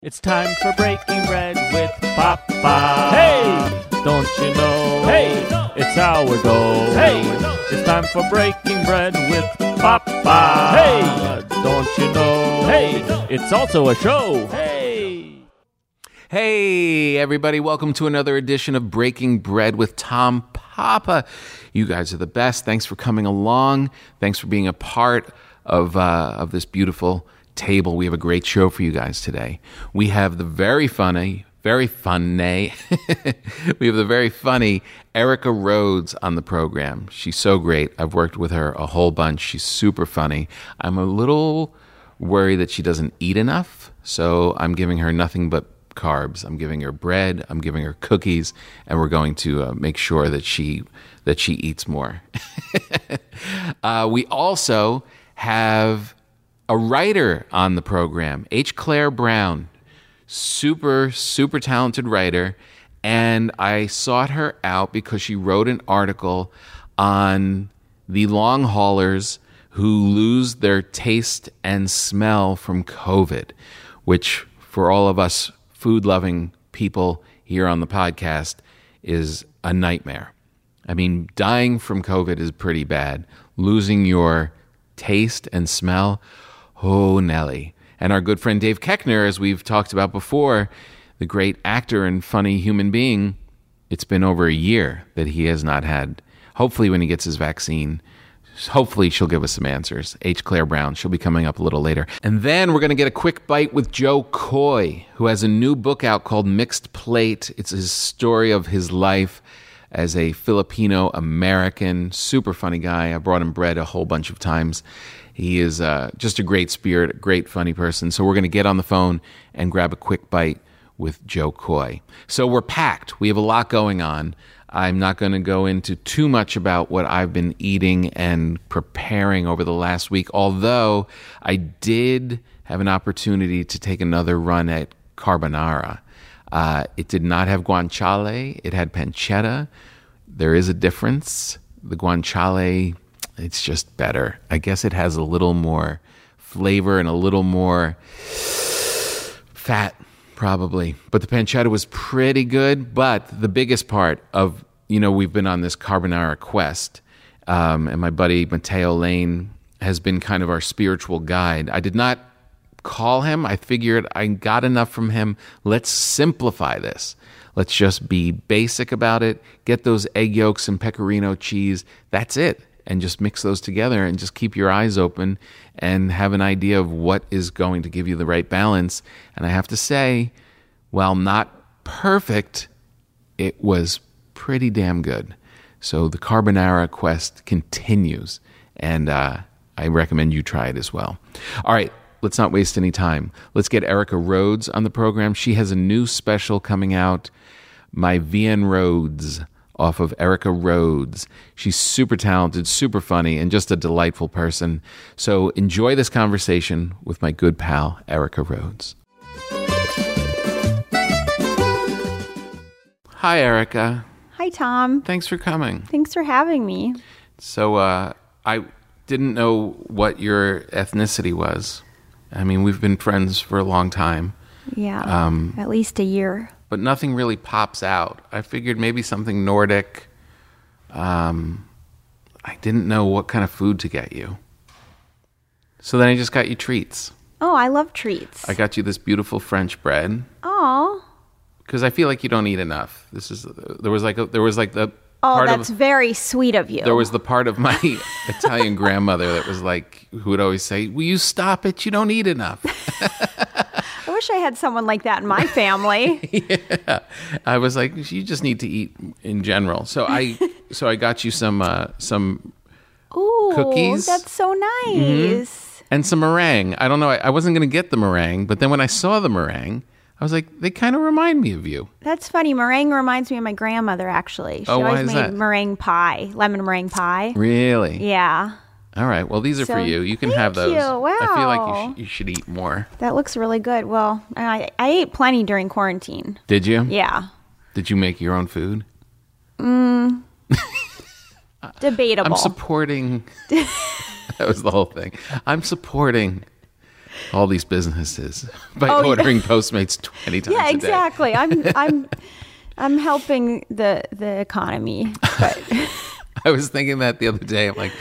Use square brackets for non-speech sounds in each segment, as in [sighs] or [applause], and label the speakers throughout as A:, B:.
A: It's time for breaking bread with Papa. Hey, don't you know? Hey, it's our goal. Hey, it's time for breaking bread with Papa. Hey, don't you know? Hey, it's also a show. Hey.
B: Hey, everybody, welcome to another edition of Breaking Bread with Tom Papa. You guys are the best. Thanks for coming along. Thanks for being a part of, uh, of this beautiful table. We have a great show for you guys today. We have the very funny, very funny, [laughs] we have the very funny Erica Rhodes on the program. She's so great. I've worked with her a whole bunch. She's super funny. I'm a little worried that she doesn't eat enough. So I'm giving her nothing but carbs. I'm giving her bread. I'm giving her cookies, and we're going to uh, make sure that she that she eats more. uh, we also have a writer on the program, H. Claire Brown, super super talented writer, and I sought her out because she wrote an article on the long haulers who lose their taste and smell from COVID, which for all of us food loving people here on the podcast is a nightmare. I mean, dying from COVID is pretty bad. Losing your taste and smell, oh, Nelly. And our good friend Dave Keckner, as we've talked about before, the great actor and funny human being, it's been over a year that he has not had. Hopefully, when he gets his vaccine, hopefully she'll give us some answers. H. Claire Brown, she'll be coming up a little later. And then we're going to get a quick bite with Joe Coy, who has a new book out called Mixed Plate. It's his story of his life as a Filipino American. Super funny guy. I brought him bread a whole bunch of times. He is uh, just a great spirit, a great funny person. So we're going to get on the phone and grab a quick bite with Joe Coy. So we're packed. We have a lot going on. I'm not going to go into too much about what I've been eating and preparing over the last week, although I did have an opportunity to take another run at carbonara. Uh, it did not have guanciale, it had pancetta. There is a difference. The guanciale, it's just better. I guess it has a little more flavor and a little more fat probably but the pancetta was pretty good but the biggest part of you know we've been on this carbonara quest um, and my buddy matteo lane has been kind of our spiritual guide i did not call him i figured i got enough from him let's simplify this let's just be basic about it get those egg yolks and pecorino cheese that's it and just mix those together and just keep your eyes open and have an idea of what is going to give you the right balance. And I have to say, while not perfect, it was pretty damn good. So the carbonara quest continues, and uh, I recommend you try it as well. All right. Let's not waste any time. Let's get Erica Rhodes on the program. She has a new special coming out, My VN Rhodes off of Erica Rhodes. She's super talented, super funny, and just a delightful person. So enjoy this conversation with my good pal, Erica Rhodes. Hi, Erica.
C: Hi, Tom.
B: Thanks for coming.
C: Thanks for having me.
B: So, uh, I didn't know what your ethnicity was. I mean, we've been friends for a long time,
C: Yeah.
B: Um,
C: at least a year.
B: but nothing really pops out. I figured maybe something Nordic. Um, I didn't know what kind of food to get you. So then I just got you treats.
C: Oh, I love treats.
B: I got you this beautiful French bread
C: Oh.
B: because I feel like you don't eat enough. This is there was like a, there was like the
C: Oh,
B: part
C: that's
B: of
C: very sweet of you.
B: there was the part of my [laughs] Italian grandmother that was like who would always say, "Will you stop it? You don't eat enough."
C: I wish I had someone like that in my
B: [laughs]
C: family. [laughs]
B: I was like, you just need to eat in general. So
C: [laughs]
B: I, so I got you some, uh, some
C: Ooh,
B: Cookies? Mm-hmm.
C: That's so nice.
B: and some meringue. I don't know. I, I wasn't going to get the meringue, but then when I saw the meringue, I was like, they kind of remind me of you.
C: That's funny. Meringue reminds me of my grandmother, actually. She
B: Oh, why
C: always
B: is
C: made
B: that?
C: meringue pie, lemon meringue pie.
B: Really?
C: Yeah.
B: All right. Well, these are for
C: So,
B: you. You can
C: thank
B: have those.
C: you.
B: I feel like you,
C: Wow.
B: sh- you should eat more.
C: That looks really good. Well, I, I ate plenty during quarantine.
B: Did you?
C: Yeah.
B: Did you make your own food?
C: Debatable.
B: [laughs] I'm supporting. that was the whole thing. I'm supporting all these businesses by
C: Oh, yeah.
B: ordering Postmates 20 times
C: yeah,
B: a day. [laughs]
C: exactly. I'm I'm I'm helping the the economy. But [laughs]
B: I was thinking that the other day. I'm like,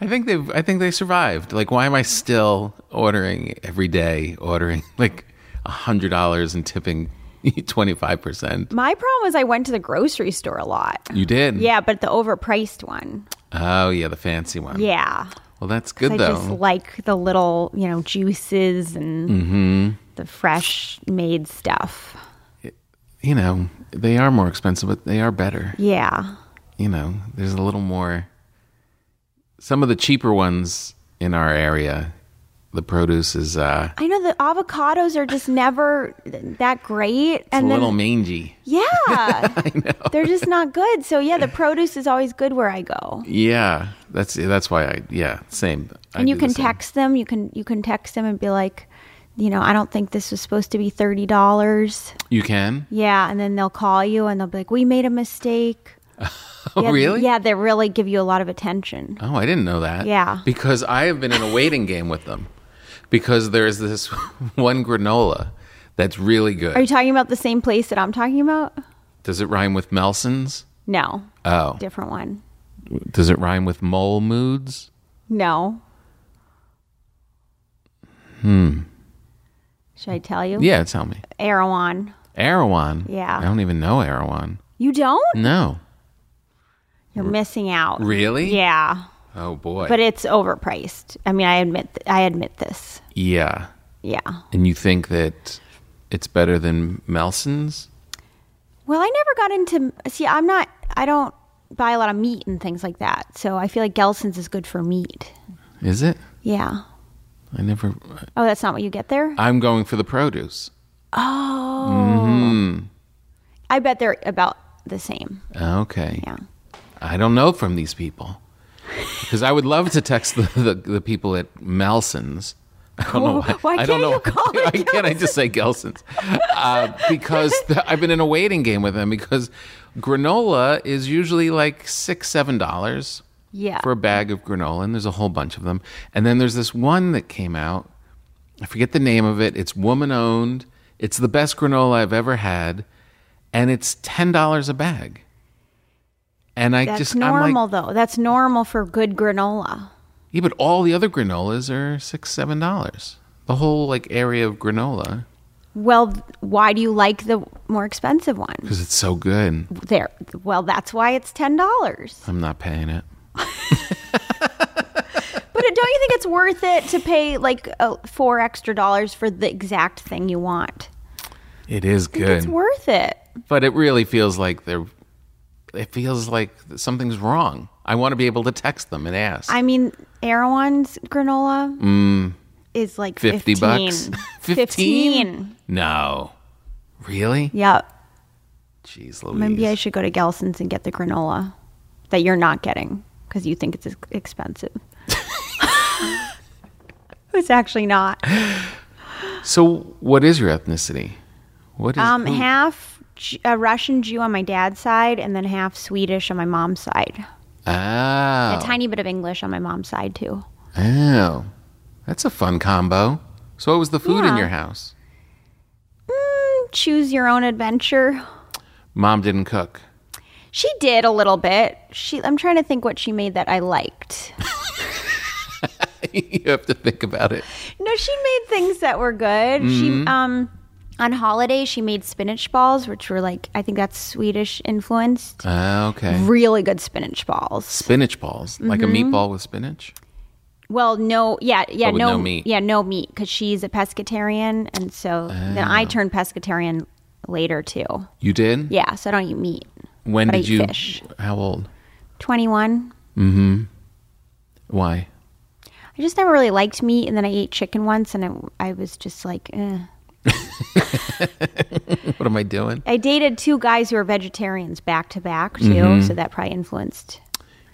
B: I think they have I think they survived. Like, why am I still ordering every day, ordering like hundred dollars and tipping [laughs] twenty five percent?
C: my problem was I went to the grocery store a lot.
B: You did,
C: Yeah, but the overpriced one.
B: Oh yeah, the fancy one.
C: Yeah.
B: Well, that's good
C: I
B: though.
C: just like the little, you know, juices and
B: Mm. Mm-hmm.
C: the fresh made stuff.
B: you know, they are more expensive, but they are better.
C: Yeah.
B: You know, there's a little more. Some of the cheaper ones in our area, the produce is uh,
C: I know the avocados are just never th- that great.
B: it's a
C: and then,
B: little mangy. [laughs]
C: yeah, they're just not good. So, yeah, the produce is always good where I go.
B: Yeah, that's that's why I yeah same. I
C: and you
B: do the
C: can
B: same.
C: text them. You can you can text them and be like, you know, I don't think this was supposed to be thirty dollars.
B: You can.
C: Yeah, and then they'll call you and they'll be like, we made a mistake. Yeah,
B: Oh, really?
C: Yeah, they really give you a lot of attention.
B: Oh, I didn't know that.
C: Yeah.
B: Because I have been in a waiting game with them. Because there's this [laughs] one granola that's really good.
C: Are you talking about the same place that I'm talking about?
B: Does it rhyme with Melson's?
C: No,
B: Oh.
C: different one.
B: Does it rhyme with mole moods?
C: No. Hmm. Should I tell you?
B: Yeah, tell me.
C: Erewhon.
B: Erewhon.
C: Yeah.
B: I don't even know Erewhon.
C: You don't?
B: No.
C: You're missing out.
B: Really?
C: Yeah,
B: Oh boy.
C: but it's overpriced. I mean, I admit th- I admit this.
B: yeah.
C: Yeah.
B: And you think that it's better than Melson's?
C: Well, I never got into See, I'm not I don't buy a lot of meat and things like that. So I feel like Gelson's is good for meat.
B: Is it?
C: Yeah.
B: I never
C: Oh, that's not what you get there?
B: I'm going for the produce.
C: I bet they're about the same.
B: Okay.
C: Yeah.
B: I don't know from these people because I would love to text the, the, the people at Melson's. I don't know why.
C: why
B: I don't
C: can't
B: know
C: you
B: [laughs]
C: call
B: why
C: it
B: can't I just say Gelson's? Uh, because the, I've been in a waiting game with them because granola is usually like six seven dollars
C: Yeah.
B: for a bag of granola, and there's a whole bunch of them. And then there's this one that came out. I forget the name of it. It's woman owned. It's the best granola I've ever had, and it's ten dollars a bag. And I
C: That's
B: just I'm
C: normal
B: like,
C: though. That's normal for good granola.
B: yeah, but all the other granolas are six seven dollars. The whole like area of granola
C: Well, why do you like the more expensive one?
B: because it's so good.
C: There. Well, that's why it's ten dollars.
B: I'm not paying it.
C: But don't you think it's worth it to pay like uh, four extra dollars for the exact thing you want?
B: It is
C: It's
B: good,
C: worth it.
B: but it really feels like they're. It feels like something's wrong. I want to be able to text them and ask.
C: I mean, Erewhon's granola is like
B: 50
C: fifteen
B: Mm. bucks? [laughs] 15?
C: 15.
B: no, really?
C: Yeah,
B: Jeez, Louise.
C: maybe I should go to Gelson's and get the granola that you're not getting because you think it's ex- expensive. [laughs] it's
B: [laughs]
C: actually not.
B: so, what is your ethnicity? What is
C: Um,
B: who-
C: half J- a Russian Jew on my dad's side, and then half Swedish on my mom's side.
B: Oh,
C: A tiny bit of English on my mom's side too.
B: oh, that's a fun combo. So, what was the food in
C: Yeah.
B: your house?
C: Mm, choose your own adventure.
B: Mom didn't cook. [laughs]
C: She did a little bit. She. I'm trying to think what she made that I liked.
B: you have to think about it.
C: No, she made things that were good.
B: Mm-hmm.
C: She um on holiday she made spinach balls, which were like I think that's Swedish influenced.
B: Ah, okay.
C: Really good spinach balls.
B: Spinach balls, like a
C: Mm-hmm.
B: meatball with spinach.
C: Well, no, yeah, yeah,
B: But with
C: no,
B: no meat.
C: Yeah, no meat because she's a pescatarian, and so then
B: Ah.
C: I turned pescatarian later too.
B: You did?
C: Yeah, so I don't eat meat.
B: When
C: But I
B: did
C: eat
B: you?
C: fish.
B: How old?
C: Twenty one.
B: Why? [laughs]
C: I just never really liked meat, and then I ate chicken once, and I, I was just like, eh.
B: What am I doing?
C: I dated two guys who were vegetarians back to back too,
B: Mm-hmm.
C: so that probably influenced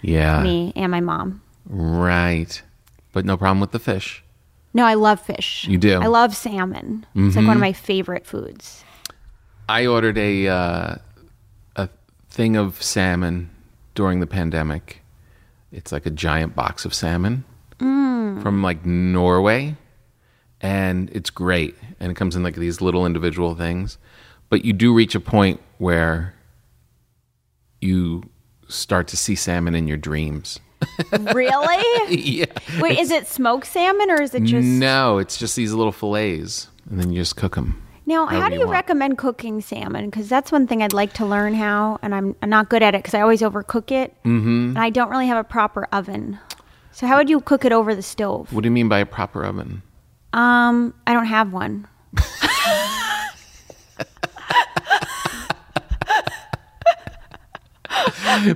B: Yeah.
C: me and my mom.
B: Right. But no problem with the fish.
C: No, I love fish.
B: You do? Mm-hmm.
C: I love salmon. It's like one of my favorite foods.
B: I ordered a uh, a thing of salmon during the pandemic. Mm. It's like a giant box of salmon from like Norway, and it's great. And it comes in like these little individual things, but you do reach a point where you start to see salmon in your dreams.
C: Really?
B: [laughs] Yeah.
C: Wait, is it smoked salmon or is it just
B: No, it's just these little fillets, and then you just cook them.
C: Now, how
B: However
C: do
B: you
C: you
B: want.
C: recommend cooking salmon? Because that's one thing I'd like to learn how, and I'm I'm not good at it because I always overcook it, mm-hmm. and I don't really have a proper oven. So, how would you cook it over the stove?
B: What do you mean by a proper oven?
C: Um, I don't have one.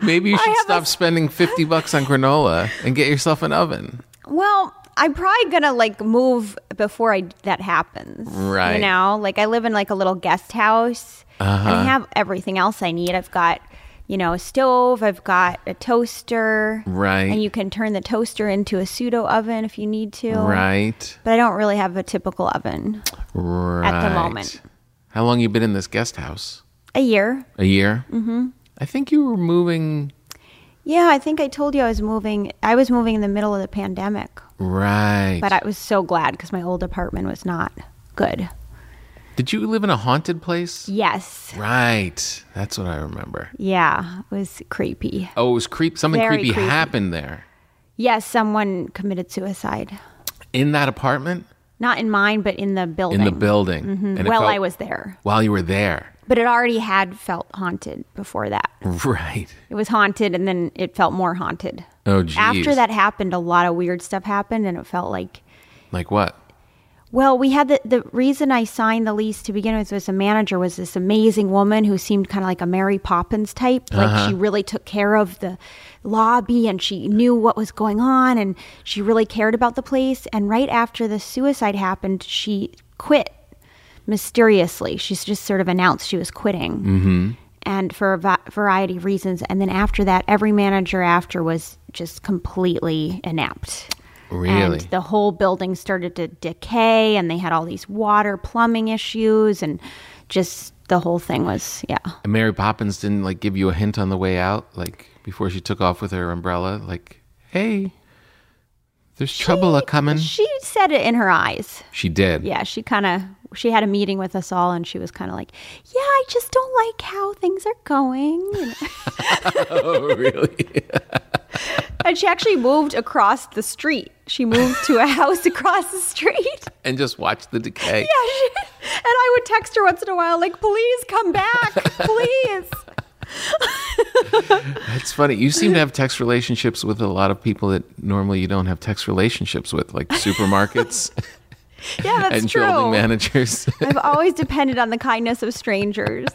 B: Maybe you should
C: have a
B: stop spending 50 bucks on granola and get yourself an oven.
C: Well, I'm probably gonna like move before I that happens.
B: Right.
C: You know, like I live in like a little guest house. And
B: Uh-huh.
C: I have everything else I need. I've got, you know, a stove. I've got a toaster.
B: Right.
C: And you can turn the toaster into a pseudo oven if you need to.
B: Right.
C: But I don't really have a typical oven.
B: Right.
C: moment.
B: How long you been in this guest house?
C: A year.
B: A year? Mm-hmm. I think you were moving.
C: Yeah, I think I told you I was moving. I was moving in the middle of the pandemic,
B: Right.
C: but I was so glad because my old apartment was not good.
B: Did you live in a haunted place?
C: Yes.
B: Right. That's what I remember.
C: Yeah, it was creepy.
B: Oh, it was creep. Something
C: Very
B: creepy
C: creepy.
B: happened there
C: Yes, someone committed suicide.
B: in that apartment
C: Not in mine, but in the building. Mm-hmm.
B: in the building. And it
C: Well,
B: felt-
C: I was there,
B: while you were there. [laughs]
C: but it already had felt haunted before that.
B: Right.
C: It was haunted, and then it felt more haunted.
B: Oh, geez.
C: After that happened, a lot of weird stuff happened, and it felt like
B: like what?
C: Well, we had the, the reason I signed the lease to begin with was a manager was this amazing woman who seemed kind of like a Mary Poppins type. Like she really took care of the lobby and she knew what was going on and she really cared about the place. And right after the suicide happened, she quit mysteriously. She's just sort of announced she was quitting. Mm-hmm. And for a va- variety of reasons. And then after that, every manager after was just completely inept.
B: Really?
C: And the whole building started to decay, and they had all these water plumbing issues, and just the whole thing was, yeah.
B: And Mary Poppins didn't like give you a hint on the way out, like before she took off with her umbrella, like, "Hey, there's trouble a coming."
C: She said it in her eyes.
B: She did.
C: Yeah, she kind of she had a meeting with us all, and she was kind of like, "Yeah, I just don't like how things are going." And,
B: [laughs] Oh, really? [laughs]
C: and she actually moved across the street. She moved to a [laughs] house across the street. [laughs]
B: and just watch the decay.
C: Yeah, she, and I would text her once in a while, like, "Please come back, please."
B: That's funny. You seem to have text relationships with a lot of people that normally you don't have text relationships with, like
C: [laughs]
B: supermarkets
C: Yeah,
B: [laughs]
C: that's
B: and
C: true.
B: building managers. [laughs]
C: I've always depended on the kindness of strangers.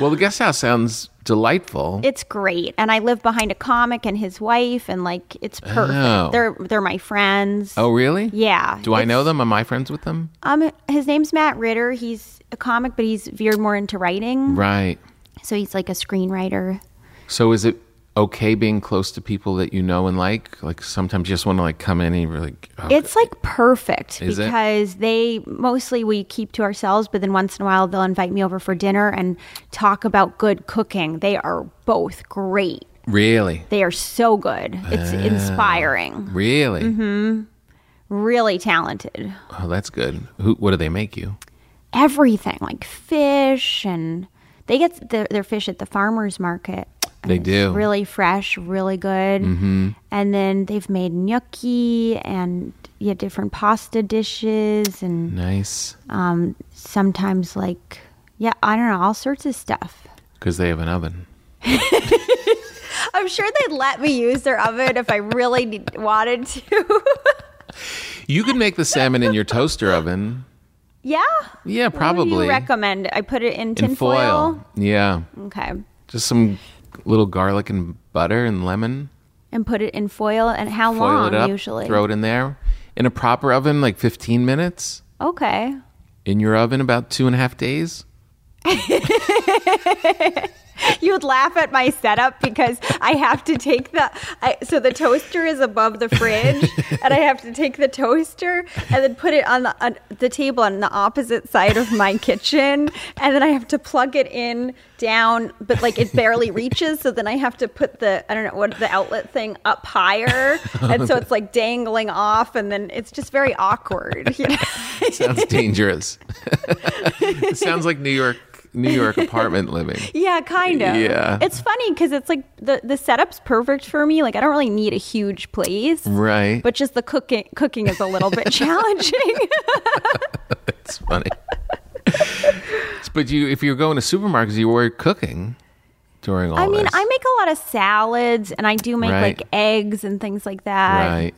B: well, the guest house sounds delightful.
C: It's great, and I live behind a comic and his wife, and like it's perfect.
B: Oh.
C: They're they're my friends.
B: oh, really?
C: yeah.
B: Do I
C: It's-
B: know them? Am I friends with them?
C: Um, his name's Matt Ritter. He's a comic, but he's veered more into writing,
B: Right.
C: so he's like a screenwriter.
B: So is it okay being close to people that you know and like? Like sometimes you just want to like come in and you're like, oh,
C: It's like perfect
B: Is it?
C: because they mostly we keep to ourselves, but then once in a while they'll invite me over for dinner and talk about good cooking. They are both great.
B: really,
C: They are so good.
B: Ah.
C: It's inspiring.
B: really.
C: Mm-hmm. Really talented.
B: Oh, that's good. Who? What do they make you?
C: everything like fish and they get their, their fish at the farmers market and
B: They
C: it's
B: do.
C: really fresh really good mm-hmm. and then they've made gnocchi and yeah different pasta dishes and
B: Nice,
C: sometimes like yeah i don't know all sorts of stuff
B: because they have an oven.
C: i'm sure they'd let me use their oven if i really need- wanted to [laughs]
B: You could make the salmon in your toaster oven.
C: yeah
B: Yeah,
C: what do
B: probably
C: you recommend i put it in
B: in
C: tinfoil
B: foil. Yeah,
C: okay
B: just some little garlic and butter and lemon.
C: and put it in foil and how
B: Foil
C: long
B: it up.
C: usually
B: Throw it in there in a proper oven, like 15 minutes.
C: okay
B: In your oven, about two and a half days.
C: you would laugh at my setup because I have to take the I, so the toaster is above the fridge, and I have to take the toaster and then put it on the on the table on the opposite side of my kitchen, and then I have to plug it in down, but like it barely reaches. So then I have to put the I don't know what the outlet thing up higher, and so it's like dangling off, and then it's just very awkward. You know? [laughs]
B: Sounds dangerous. [laughs] it sounds like New York, New York apartment living.
C: Yeah, kind of.
B: Yeah.
C: It's funny because it's like the the setup's perfect for me. Like I don't really need a huge place,
B: Right.
C: but just the cooking cooking is a
B: [laughs]
C: little bit challenging. [laughs]
B: It's funny. [laughs] but you, if you're going to supermarkets, you were cooking during all
C: I mean,
B: this.
C: I make a lot of salads and I do make
B: Right.
C: like eggs and things like that.
B: right.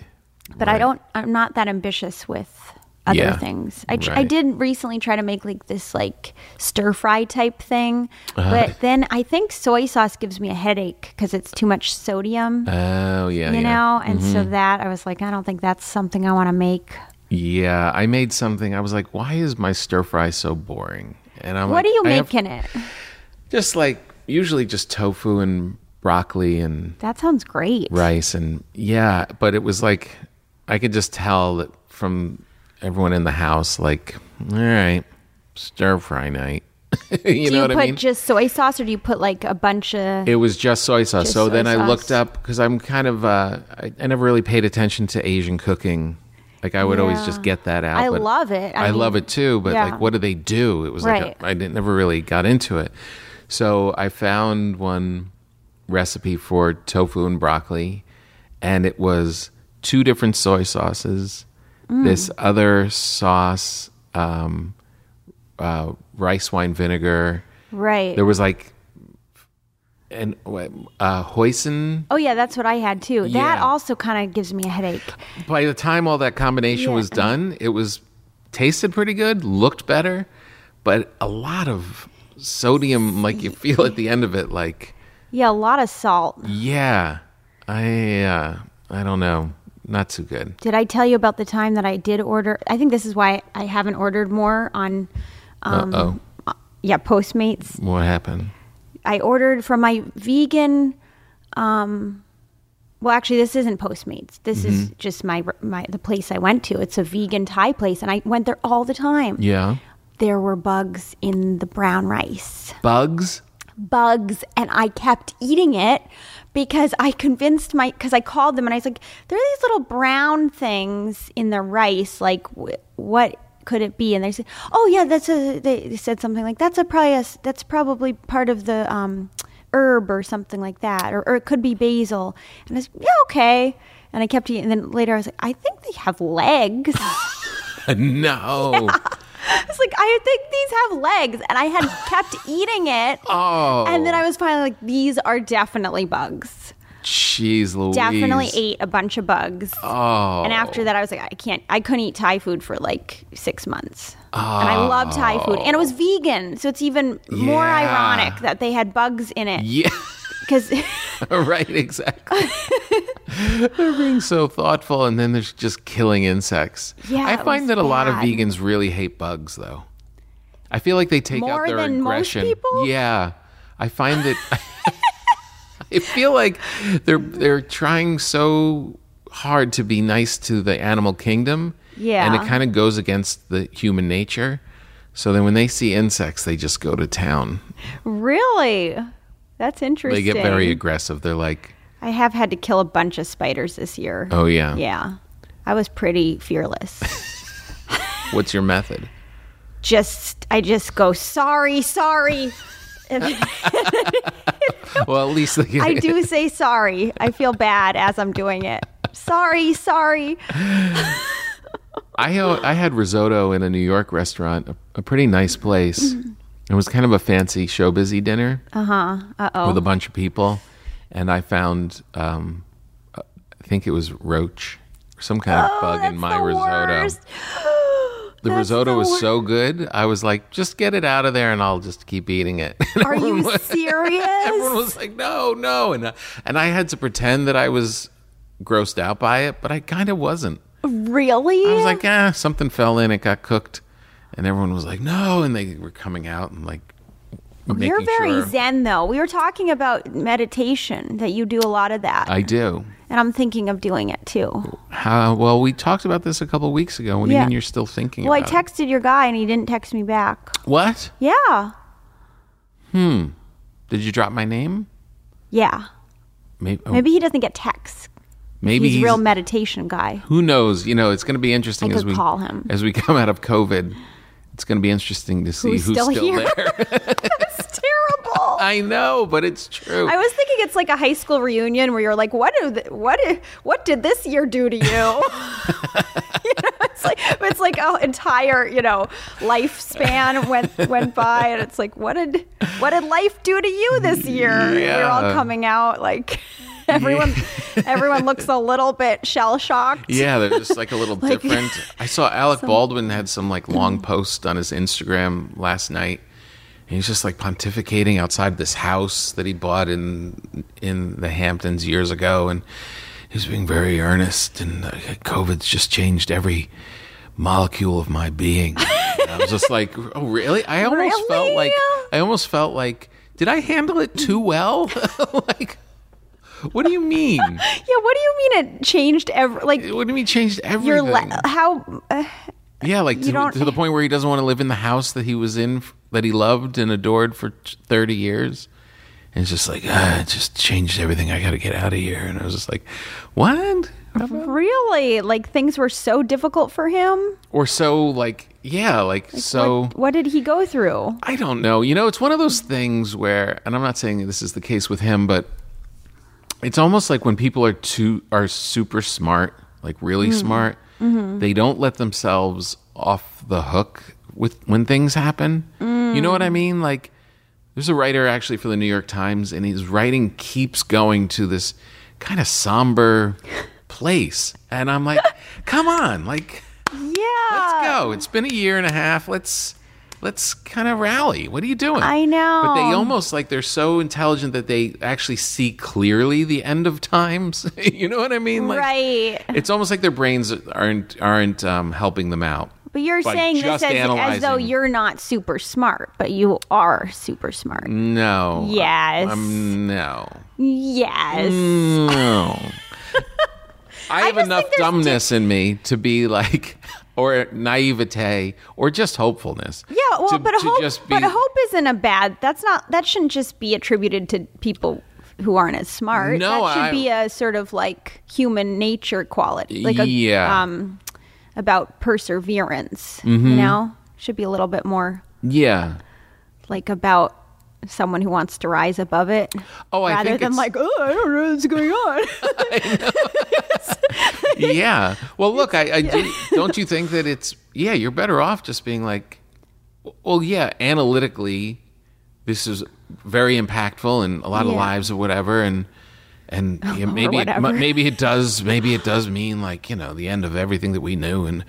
C: But I
B: right.
C: don't. I'm not that ambitious with other
B: Yeah.
C: things. I tr- I
B: Right.
C: did recently try to make like this like stir fry type thing,
B: Uh-huh.
C: but then I think soy sauce gives me a headache because it's too much sodium.
B: Oh yeah, Mm-hmm.
C: you
B: yeah.
C: know and so that i was like i don't think that's something i want to make
B: Yeah, I made something. I was like, why is my stir fry so boring? And I'm
C: what
B: like,
C: do you
B: I
C: make
B: have-
C: in it
B: Just like usually just tofu and broccoli and
C: that sounds great
B: rice and yeah, but it was like I could just tell that from everyone in the house, like, all right, stir fry night. [laughs] you know
C: do you
B: what
C: put
B: I mean?
C: just soy sauce or do you put like a bunch of
B: It was just soy sauce.
C: Just
B: so
C: soy
B: then I
C: sauce.
B: looked up because I'm kind of uh, I, I never really paid attention to Asian cooking. Like I would always
C: Yeah.
B: just get that out.
C: I
B: but
C: love it.
B: I,
C: I
B: love
C: mean,
B: it too. But
C: yeah.
B: like, what do they do? It was
C: Right.
B: like I, I didn't, never really got into it. So I found one recipe for tofu and broccoli, and it was two different soy sauces,
C: Mm.
B: this other sauce, um, uh, rice wine vinegar.
C: right
B: There was like an uh, hoisin.
C: oh yeah that's what i had too that
B: Yeah.
C: also kind of gives me a headache
B: By the time all that combination
C: Yeah.
B: was done, it was tasted pretty good, looked better, but a lot of sodium. Like you feel at the end of it, like
C: yeah a lot of salt
B: yeah, I uh, I don't know, not too good.
C: did i tell you about the time that i did order i think this is why i haven't ordered more on um
B: Uh-oh.
C: yeah postmates
B: What happened?
C: I ordered from my vegan. Um, well, actually, this isn't Postmates. This
B: Mm-hmm.
C: is just my my the place I went to. It's a vegan Thai place, and I went there all the time.
B: Yeah,
C: There were bugs in the brown rice,
B: bugs. [laughs]
C: bugs, and I kept eating it because I convinced my because I called them and I was like, there are these little brown things in the rice. Like, wh- what? Could it be? And they said, "Oh yeah, that's a." They said something like, "That's a probably a s that's probably part of the um, herb or something like that, or, or it could be basil. And I was, yeah, okay. And I kept eating. And then later I was like, I think they have legs. [laughs] I [laughs]
B: no.
C: was like, I think these have legs. And I had kept eating it.
B: Oh,
C: And then I was finally like, these are definitely bugs.
B: jeez, Louise.
C: Definitely ate a bunch of bugs.
B: Oh,
C: And after that, I was like, I can't, I couldn't eat Thai food for like six months. And I love Thai food. And it was vegan. So it's even more
B: Yeah.
C: ironic that they had bugs in it.
B: yeah.
C: Because.
B: [laughs] right, exactly. [laughs] They're being so thoughtful, and then they're just killing insects.
C: Yeah,
B: I
C: it
B: find
C: was
B: that a lot of
C: bad.
B: vegans really hate bugs, though. I feel like they take
C: More
B: out their
C: than most
B: aggression.
C: people?
B: Yeah, I find that.
C: [laughs]
B: [laughs] I feel like they're they're trying so hard to be nice to the animal kingdom.
C: Yeah.
B: and it kind of goes against the human nature. So then, when they see insects, they just go to town.
C: [laughs] Really? That's interesting.
B: They get very aggressive. They're like,
C: I have had to kill a bunch of spiders this year.
B: "Oh yeah,
C: Yeah. I was pretty
B: [laughs]
C: fearless.
B: what's your method?"
C: just I just go sorry, sorry.
B: Well, at least they,
C: [laughs] I do say sorry. I feel bad as I'm doing it. Sorry, sorry.
B: I o- I had risotto in a New York restaurant, a, a pretty nice place.
C: Mm-hmm.
B: It was kind of a fancy showbizy dinner
C: Uh oh.
B: with a bunch of people, and I found um, I think it was roach, or some kind of
C: Oh,
B: bug in my risotto.
C: [gasps]
B: The risotto was so good, I was like, "Just get it out of there, and I'll just keep eating it." [laughs] And
C: Are you
B: everyone was-
C: serious?
B: Everyone was like, "No, no," and I- and I had to pretend that I was grossed out by it, but I kind of wasn't.
C: really?
B: I was like, ah, something fell in, it got cooked, and everyone was like, no, and they were coming out and like making
C: You're very
B: sure.
C: zen, though. We were talking about meditation, that you do a lot of that.
B: I do.
C: and I'm thinking of doing it too.
B: How, well, we talked about this a couple of weeks ago. What do you
C: Yeah.
B: mean you're still thinking
C: Well, I
B: about it?
C: texted your guy and he didn't text me back.
B: What?
C: Yeah.
B: Did you drop my name?
C: Yeah.
B: Maybe, oh,
C: Maybe he doesn't get texts.
B: maybe
C: He's a real meditation guy. [laughs]
B: who knows? You know, it's going to be interesting
C: I
B: as
C: could
B: we
C: call him.
B: as we [laughs] come out of COVID. It's going to be interesting to see
C: Who's
B: who's,
C: still here?
B: there. [laughs]
C: It's terrible.
B: I know, but it's true.
C: I was thinking it's like a high school reunion where you're like, what do th- what i- what did this year do to you? [laughs] you know, it's like it's like an entire you know lifespan went went by, and it's like what did what did life do to you this year? We're all
B: Yeah.
C: coming out like [laughs] everyone
B: [laughs]
C: everyone looks a little bit shell shocked.
B: yeah, they're just like a little different. I saw Alec Baldwin had some like long post on his Instagram last night. And he's just like pontificating outside this house that he bought in in the Hamptons years ago and he's being very earnest and uh, COVID's just changed every molecule of my being. And I was just like, [laughs] "Oh, really?" I almost felt
C: Really?
B: like I almost felt like did I handle it too well? [laughs] like what do you mean?
C: Yeah, what do you mean it changed every like
B: What do you mean changed everything?
C: your le- how uh,
B: yeah, like to,
C: don't-
B: to the point where he doesn't want to live in the house that he was in, f- that he loved and adored for t- 30 years. And it's just like, ah, it just changed everything. I got to get out of here. And I was just like, what?
C: really like things were so difficult for him?
B: Or so, like, yeah, like, so.
C: what, what did he go through?
B: I don't know. You know, it's one of those things where, and I'm not saying this is the case with him, but it's almost like when people are too are super smart, like really smart, they don't let themselves off the hook with when things happen. You know what I mean? Like there's a writer actually for the New York Times, and his writing keeps going to this kind of somber place, and I'm like, come on, like
C: Yeah.
B: let's
C: Ah.
B: go. It's been a year and a half. Let's let's kind of rally. What are you doing?
C: I know.
B: But they almost like they're so intelligent that they actually see clearly the end of times. [laughs] you know what I mean? Like,
C: right.
B: It's almost like their brains aren't aren't um, helping them out.
C: But you're
B: by
C: saying this
B: just
C: as, as though
B: analyzing-
C: you're not super smart, but you are super smart.
B: No.
C: Yes.
B: Um, no.
C: Yes.
B: Mm.
C: [laughs]
B: No. I have
C: just
B: enough
C: think there's
B: dumbness in me to be like, [laughs] or naivete, or just hopefulness.
C: Yeah, well,
B: to-
C: but
B: to
C: hope,
B: just be-
C: but hope isn't a bad. That's not. That shouldn't just be attributed to people who aren't as smart.
B: No,
C: that should
B: I-
C: be a sort of like human nature quality, like a,
B: Yeah. Mm-hmm.
C: um, about perseverance. You know, should be a little bit more
B: Yeah.
C: like about someone who wants to rise above it.
B: Oh, I
C: rather
B: think
C: than
B: it's-
C: like, oh, I don't know what's
B: [laughs]
C: going on.
B: yeah. Well, look, I,
C: [laughs]
B: I do. Don't you think that it's yeah? You're better off just being like, well, yeah, analytically, this is very impactful in a lot of
C: Yeah.
B: lives or whatever, and
C: [laughs]
B: and yeah, maybe it,
C: whatever.
B: mu- maybe it does maybe it does mean like you know the end of everything that we knew, and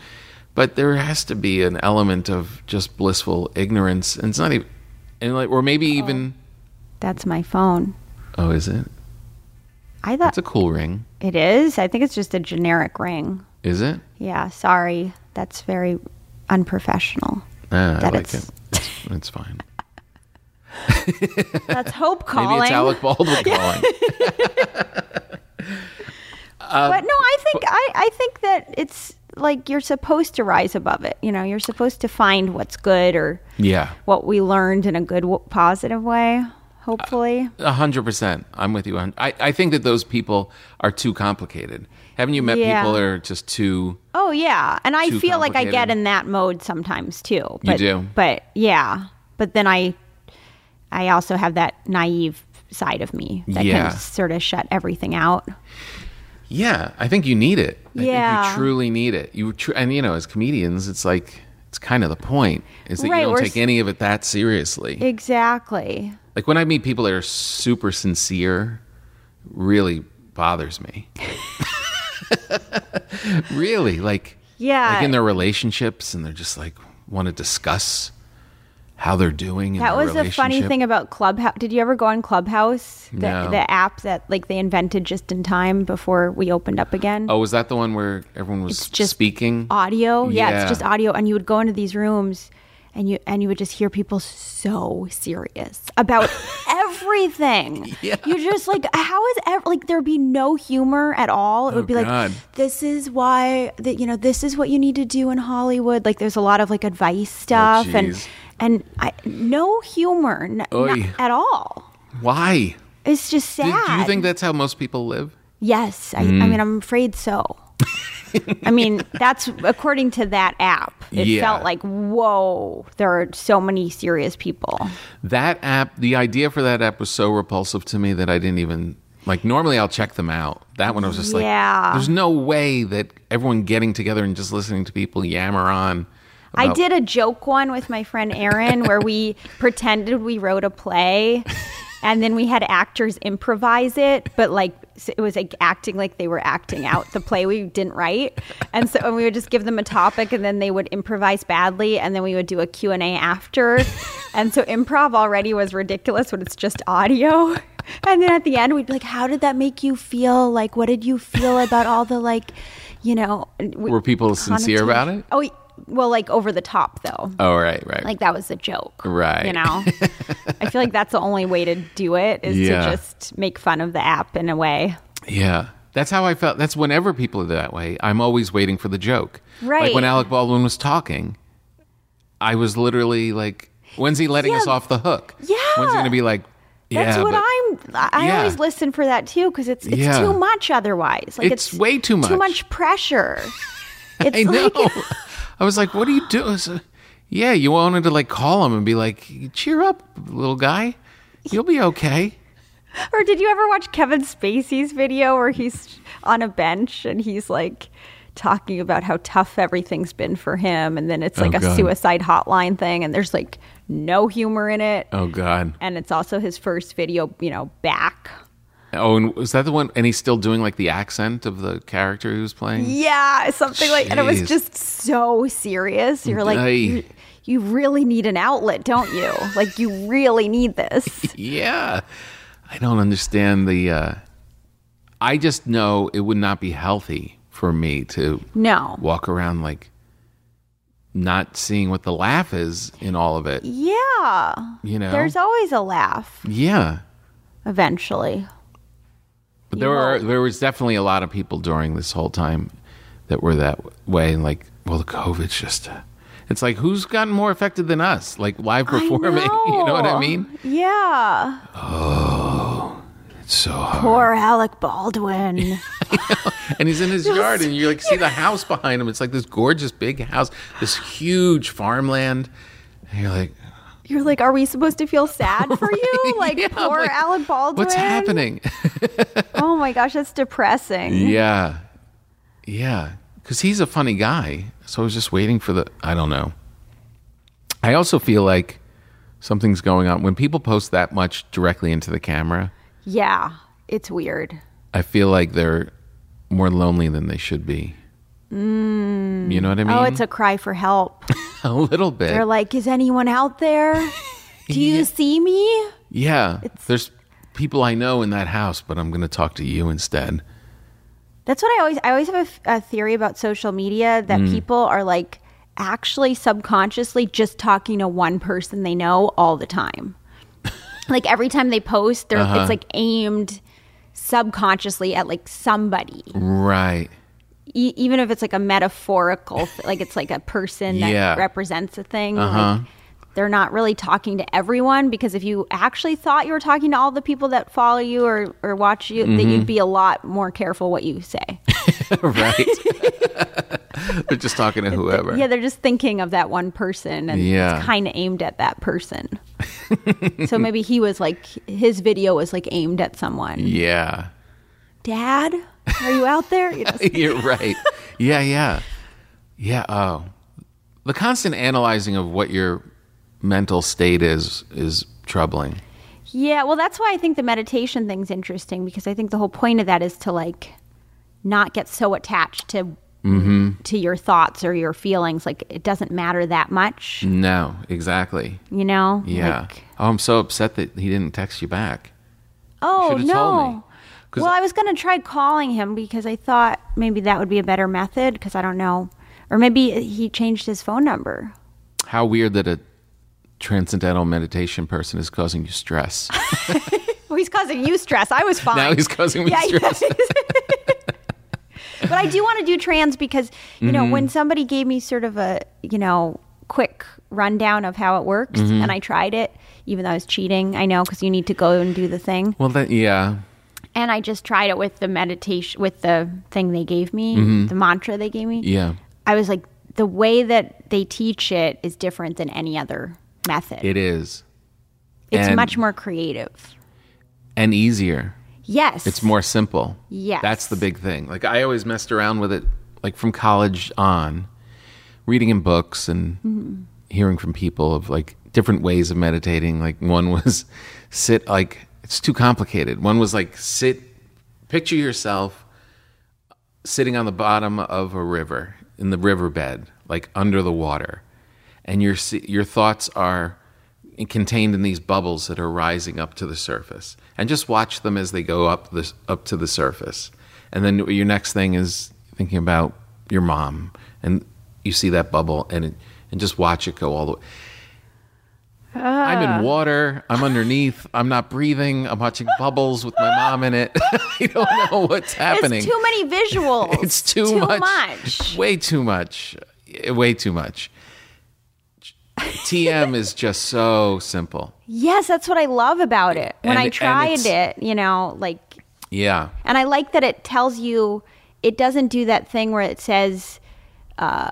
B: but there has to be an element of just blissful ignorance, and it's not even and like or maybe even
C: That's my phone.
B: oh, is it?
C: I thought
B: It's a cool ring,
C: it is. I think it's just a generic ring.
B: is it?
C: Yeah, sorry. That's very unprofessional.
B: Ah, I
C: That
B: like
C: it's-
B: it. It's, it's
C: [laughs]
B: fine. [laughs]
C: That's hope calling.
B: Maybe it's Alec
C: [laughs]
B: Baldwin calling. uh,
C: but no, I think I, I think that it's like you're supposed to rise above it. You know, you're supposed to find what's good or
B: Yeah,
C: what we learned in a good w- positive way, hopefully.
B: a hundred percent. I'm with you. on- I I think that those people are too complicated. Haven't you met
C: Yeah.
B: people that are just too?
C: Oh yeah, and I
B: Too
C: feel like I
B: complicated.
C: get in that mode sometimes too. But,
B: do.
C: but yeah, but then I, I also have that naive side of me that
B: Yeah.
C: can sort of shut everything out.
B: Yeah, I think you need it. I think
C: Yeah.
B: you truly need it. You tr- and you know, as comedians, it's like it's kind of the point is that
C: Right,
B: you don't
C: we're
B: take
C: s-
B: any of it that seriously.
C: Exactly.
B: like when I meet people that are super sincere, really bothers
C: [laughs]
B: me. really, like
C: Yeah.
B: like in their relationships, and they're just like want to discuss how they're doing. in
C: that
B: their
C: was a funny
B: relationship.
C: thing about Clubhouse. Did you ever go on Clubhouse? The,
B: No.
C: the app that like they invented just in time before we opened up again.
B: Oh, was that the one where everyone was
C: just
B: speaking?
C: audio. Yeah.
B: Yeah.
C: it's just audio, and you would go into these rooms, and you and you would just hear people so serious
B: [laughs]
C: about everything.
B: Yeah.
C: You just like how is ever like there'd be no humor at all. It would
B: Oh,
C: be
B: God.
C: like this is why that you know this is what you need to do in Hollywood. Like there's a lot of like advice stuff
B: jeez.
C: and and I, no humor n- not
B: Oy.
C: at all.
B: Why?
C: It's just
B: Do,
C: sad.
B: do you think that's how most people live?
C: Yes, I, I mean, I'm afraid so. I mean, that's according to that app. It
B: Yeah.
C: felt like, whoa, there are so many serious people.
B: That app, the idea for that app was so repulsive to me that I didn't even like. Normally, I'll check them out. That one, I was just
C: Yeah.
B: like, "There's no way that everyone getting together and just listening to people yammer on."
C: I
B: about-
C: did a joke one with my friend Aaron where we pretended we wrote a play and then we had actors improvise it, but like s- it was like acting like they were acting out the play we didn't write. And so and we would just give them a topic and then they would improvise badly and then we would do a Q&A after. And so improv already was ridiculous when it's just audio. And then at the end we'd be like how did that make you feel? Like what did you feel about all the like, you know, we-
B: Were people sincere about
C: connotation-
B: it?
C: Oh, well, like over the top though.
B: Oh, right, right.
C: Like that was a joke,
B: Right.
C: You know,
B: [laughs]
C: I feel like that's the only way to do it is
B: Yeah.
C: to just make fun of the app in a way.
B: Yeah. That's how I felt. That's whenever people are that way, I'm always waiting for the joke. Like
C: Right.
B: when Alec Baldwin was talking, I was literally like, when's he letting
C: Yeah.
B: us off the hook?
C: Yeah.
B: When's he going to be like, yeah.
C: That's what
B: but-
C: I'm. I- I
B: Yeah.
C: always listen for that too because it's it's
B: Yeah.
C: too much otherwise. Like
B: It's
C: it's,
B: way too much.
C: Too much pressure.
B: [laughs]
C: It's
B: I know.
C: like
B: [laughs] I was like, what are you doing? So- yeah, you wanted to like call him and be like, cheer up, little guy. You'll be okay.
C: Or did you ever watch Kevin Spacey's video where he's on a bench and he's like talking about how tough everything's been for him and then it's like
B: Oh,
C: a
B: God.
C: suicide hotline thing and there's like no humor in it
B: Oh, God.
C: and it's also his first video, you know, back.
B: Oh, and was that the one? And he's still doing like the accent of the character he was playing?
C: Yeah, something like and it was
B: Jeez.
C: just so serious. You're like
B: Aye.
C: you, you really need an outlet, don't you? like you really need this.
B: [laughs] Yeah. I don't understand the uh I just know it would not be healthy for me to
C: No.
B: walk around like not seeing what the laugh is in all of it.
C: Yeah.
B: You know?
C: There's always a laugh
B: yeah.
C: eventually.
B: But there
C: You
B: were
C: won't.
B: there was definitely a lot of people during this whole time that were that way and like, well the COVID's just uh, it's like who's gotten more affected than us? Like live performing. [laughs] You know what I mean?
C: Yeah.
B: It's so hard.
C: Poor
B: [laughs]
C: Alec Baldwin.
B: and he's in
C: [laughs]
B: his yard and you like see the house behind him it's like this gorgeous big house this huge farmland and you're
C: [laughs]
B: like
C: You're like, are we supposed to
B: [laughs]
C: feel sad for you? Like,
B: yeah,
C: poor
B: like,
C: Alec Baldwin.
B: what's
C: [laughs]
B: happening [laughs]
C: Oh my gosh, that's depressing.
B: yeah yeah because he's a funny guy so i was just waiting for the i don't know i also feel like something's going on when people post that much directly into the camera
C: Yeah, it's weird.
B: i feel like they're more lonely than they should be you know what i mean
C: Oh, it's a cry for help.
B: [laughs] a little bit
C: They're like, is anyone
B: [laughs]
C: out there? Do you see me?
B: Yeah. There's people I know in that house, but I'm going to talk to you instead.
C: That's what I always I always have a f- a, theory about social media that people are like actually subconsciously just talking to one person they know all the time. like every time they post, they're it's like aimed subconsciously at like somebody,
B: Right.
C: e- even if it's like a metaphorical, th- like it's like a person that
B: Yeah.
C: represents a thing. Like, they're not really talking to everyone because if you actually thought you were talking to all the people that follow you or, or watch you, then you'd be a lot more careful what you say.
B: [laughs] right. [laughs] They're just talking to whoever.
C: Yeah, they're just thinking of that one person and
B: Yeah.
C: it's kind of aimed at that person. [laughs] so maybe he was like, his video was like aimed at someone.
B: Yeah. [laughs]
C: Dad, are you out there? You know,
B: You're right. Yeah, yeah. Yeah, oh. The constant analyzing of what your mental state is is troubling.
C: yeah, well, that's why I think the meditation thing's interesting because I think the whole point of that is to like not get so attached to.
B: Mm-hmm.
C: To your thoughts or your feelings, like it doesn't matter that much,
B: No, exactly.
C: you know.
B: Mm. Yeah.
C: Like,
B: oh, I'm so upset that he didn't text you back.
C: oh
B: Should have
C: no.
B: told me. 'Cause
C: Well, I was going to try calling him because I thought maybe that would be a better method because I don't know. Or maybe he changed his phone number.
B: How weird that a transcendental meditation person is causing you stress.
C: Well, he's causing you stress. I was
B: [laughs]
C: fine.
B: now he's causing me
C: Yeah, yeah.
B: stress.
C: [laughs]
B: [laughs]
C: but I do want to do trans because you know
B: Mm-hmm.
C: when somebody gave me sort of a you know quick rundown of how it works
B: Mm-hmm.
C: and I tried it even though I was cheating I know because you need to go and do the thing
B: Well, that yeah.
C: and I just tried it with the meditation with the thing they gave me
B: Mm-hmm.
C: the mantra they gave me
B: Yeah.
C: I was like the way that they teach it is different than any other method
B: It is.
C: it's
B: and-
C: much more creative
B: And easier.
C: yes
B: It's more simple.
C: Yes.
B: That's the big thing. Like I always messed around with it like from college on, reading in books and
C: Mm-hmm.
B: hearing from people of like different ways of meditating. Like one was [laughs] sit like it's too complicated. One was like sit picture yourself sitting on the bottom of a river in the riverbed, like under the water. And your se- your thoughts are contained in these bubbles that are rising up to the surface. And just watch them as they go up the up to the surface. And then your next thing is thinking about your mom and you see that bubble and it, and just watch it go all the way. I'm in water. I'm underneath. I'm not breathing. I'm watching bubbles with my mom in it. [laughs] I don't know what's happening.
C: it's too many
B: [laughs]
C: visuals
B: It's too, much. Way too much. Eh, Way too much. TM is just so simple.
C: Yes, that's what I love about it. When
B: And-
C: I
B: and
C: tried
B: it's-
C: it, you know, like,
B: Yeah.
C: and I like that it tells you, it doesn't do that thing where it says, uh,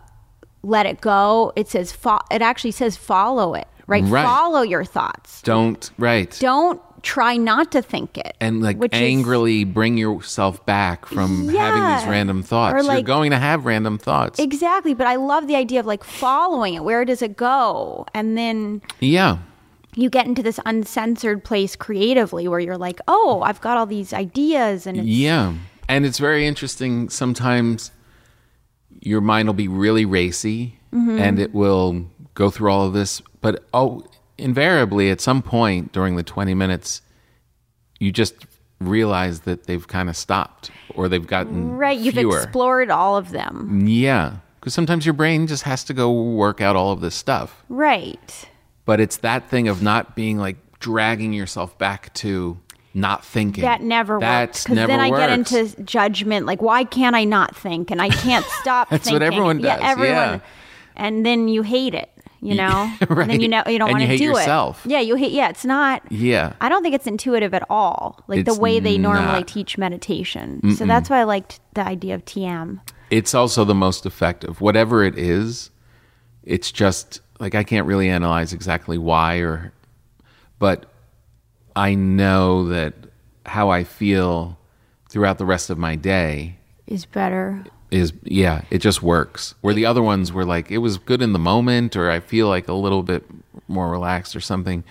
C: let it go. It says, fo- it actually says follow it, right?
B: Right.
C: Follow your thoughts.
B: Don't right.
C: Don't try not to think it.
B: and like
C: which is-
B: angrily bring yourself back from having these
C: Yeah.
B: random thoughts.
C: Or,
B: You're
C: like-
B: going to have random thoughts.
C: exactly. But I love the idea of like following it. Where does it go? And then
B: yeah.
C: you get into this uncensored place creatively where you're like, oh, I've got all these ideas and it's
B: Yeah. And it's very interesting. Sometimes your mind will be really racy
C: Mm-hmm.
B: and it will go through all of this. But oh, invariably, at some point during the 20 minutes, you just realize that they've kind of stopped or they've gotten
C: Right, you've
B: fewer. Mm.
C: explored all of them.
B: yeah. Because sometimes your brain just has to go work out all of this stuff.
C: Right.
B: But it's that thing of not being like dragging yourself back to not thinking.
C: That never
B: That's
C: works. Because
B: never
C: then I get
B: works.
C: into judgment, like why can't I not think? And
B: [laughs]
C: I can't stop
B: That's what
C: thinking.
B: everyone does, yeah.
C: And then you hate it, you know?
B: [laughs]
C: And
B: right.
C: then you know you don't
B: And
C: want
B: you
C: to
B: hate
C: do
B: yourself.
C: it. Yeah, you hate yeah, it's not
B: Yeah.
C: I don't think it's intuitive at all. Like
B: It's
C: the way they normally
B: not.
C: teach meditation. So that's why I liked the idea of TM.
B: it's also the most effective. Whatever it is, it's just like I can't really analyze exactly why or but I know that how I feel throughout the rest of my day
C: Is better.
B: is yeah, it just works. Where the other ones were like it was good in the moment or I feel like a little bit more relaxed or something.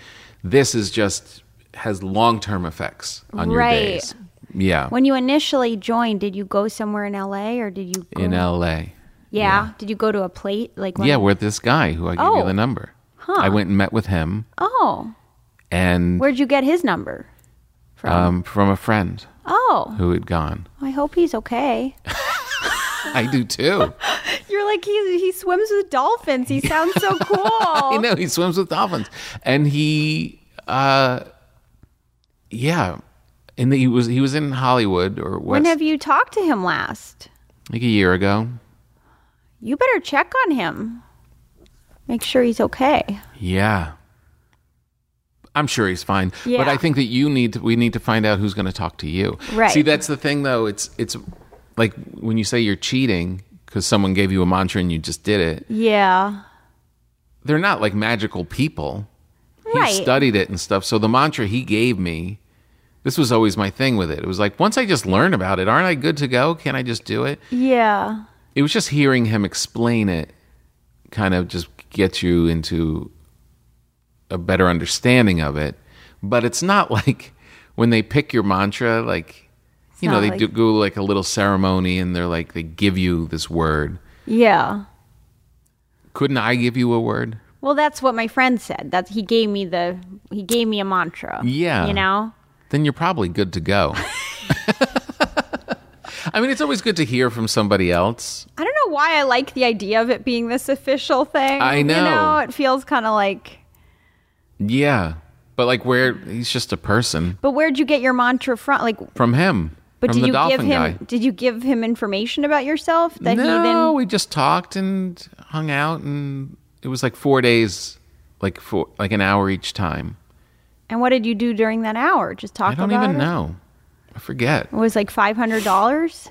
B: This is just has long-term effects on your
C: Right.
B: days. Yeah.
C: When you initially joined, did you go somewhere in LA or did you go
B: in LA.
C: yeah. Did you go to a plate? Like one-
B: Yeah, we're this guy who I gave you
C: Oh.
B: the number. I went and met with him
C: Oh.
B: and
C: Where'd you get his number?
B: um, from a friend
C: Oh,
B: who had gone.
C: I hope
B: [laughs]
C: he's okay.
B: I do
C: [laughs]
B: too.
C: You're like he he swims with dolphins.
B: [laughs]
C: He sounds so
B: I
C: cool.
B: know he swims with dolphins, and he, uh, yeah, and he was he was in Hollywood or
C: When
B: West
C: have you talked to him last?
B: like a year ago.
C: You better check on him. Make sure he's okay.
B: Yeah. I'm sure he's fine. But
C: Yeah.
B: I think that you need to, we need to find out who's going to talk to you.
C: Right.
B: See, that's the thing though. It's it's like when you say you're cheating because someone gave you a mantra and you just did it.
C: Yeah.
B: They're not like magical people. He
C: Right.
B: studied it and stuff. So the mantra he gave me, this was always my thing with it. It was like once I just learn about it, aren't I good to go? Can I just do it?
C: Yeah.
B: It was just hearing him explain it kind of just gets you into a better understanding of it. But it's not [laughs] like when they pick your mantra, like, you know,
C: not
B: they
C: like-
B: do go like a little ceremony and they're like, they give you this word.
C: Yeah.
B: Couldn't I give you a word?
C: Well, that's what my friend said. That he gave me the he gave me a mantra.
B: Yeah.
C: You know? [laughs]
B: Then you're probably good to go. I mean, it's always good to hear from somebody else.
C: I don't know why I like the idea of it being this official thing.
B: I know.
C: You know, it feels kind of like.
B: Yeah. But like, where he's just a person
C: But where'd you get your mantra from? Like,
B: from him,
C: but
B: from
C: did
B: the
C: you
B: dolphin
C: give him?
B: guy.
C: Did you give him information about yourself that he
B: no,
C: didn't?
B: we just talked and hung out, and it was like four days, like four, like an hour each time.
C: And what did you do during that hour? Just talk
B: I don't
C: about
B: even
C: it?
B: know. I forget.
C: It was like five hundred dollars.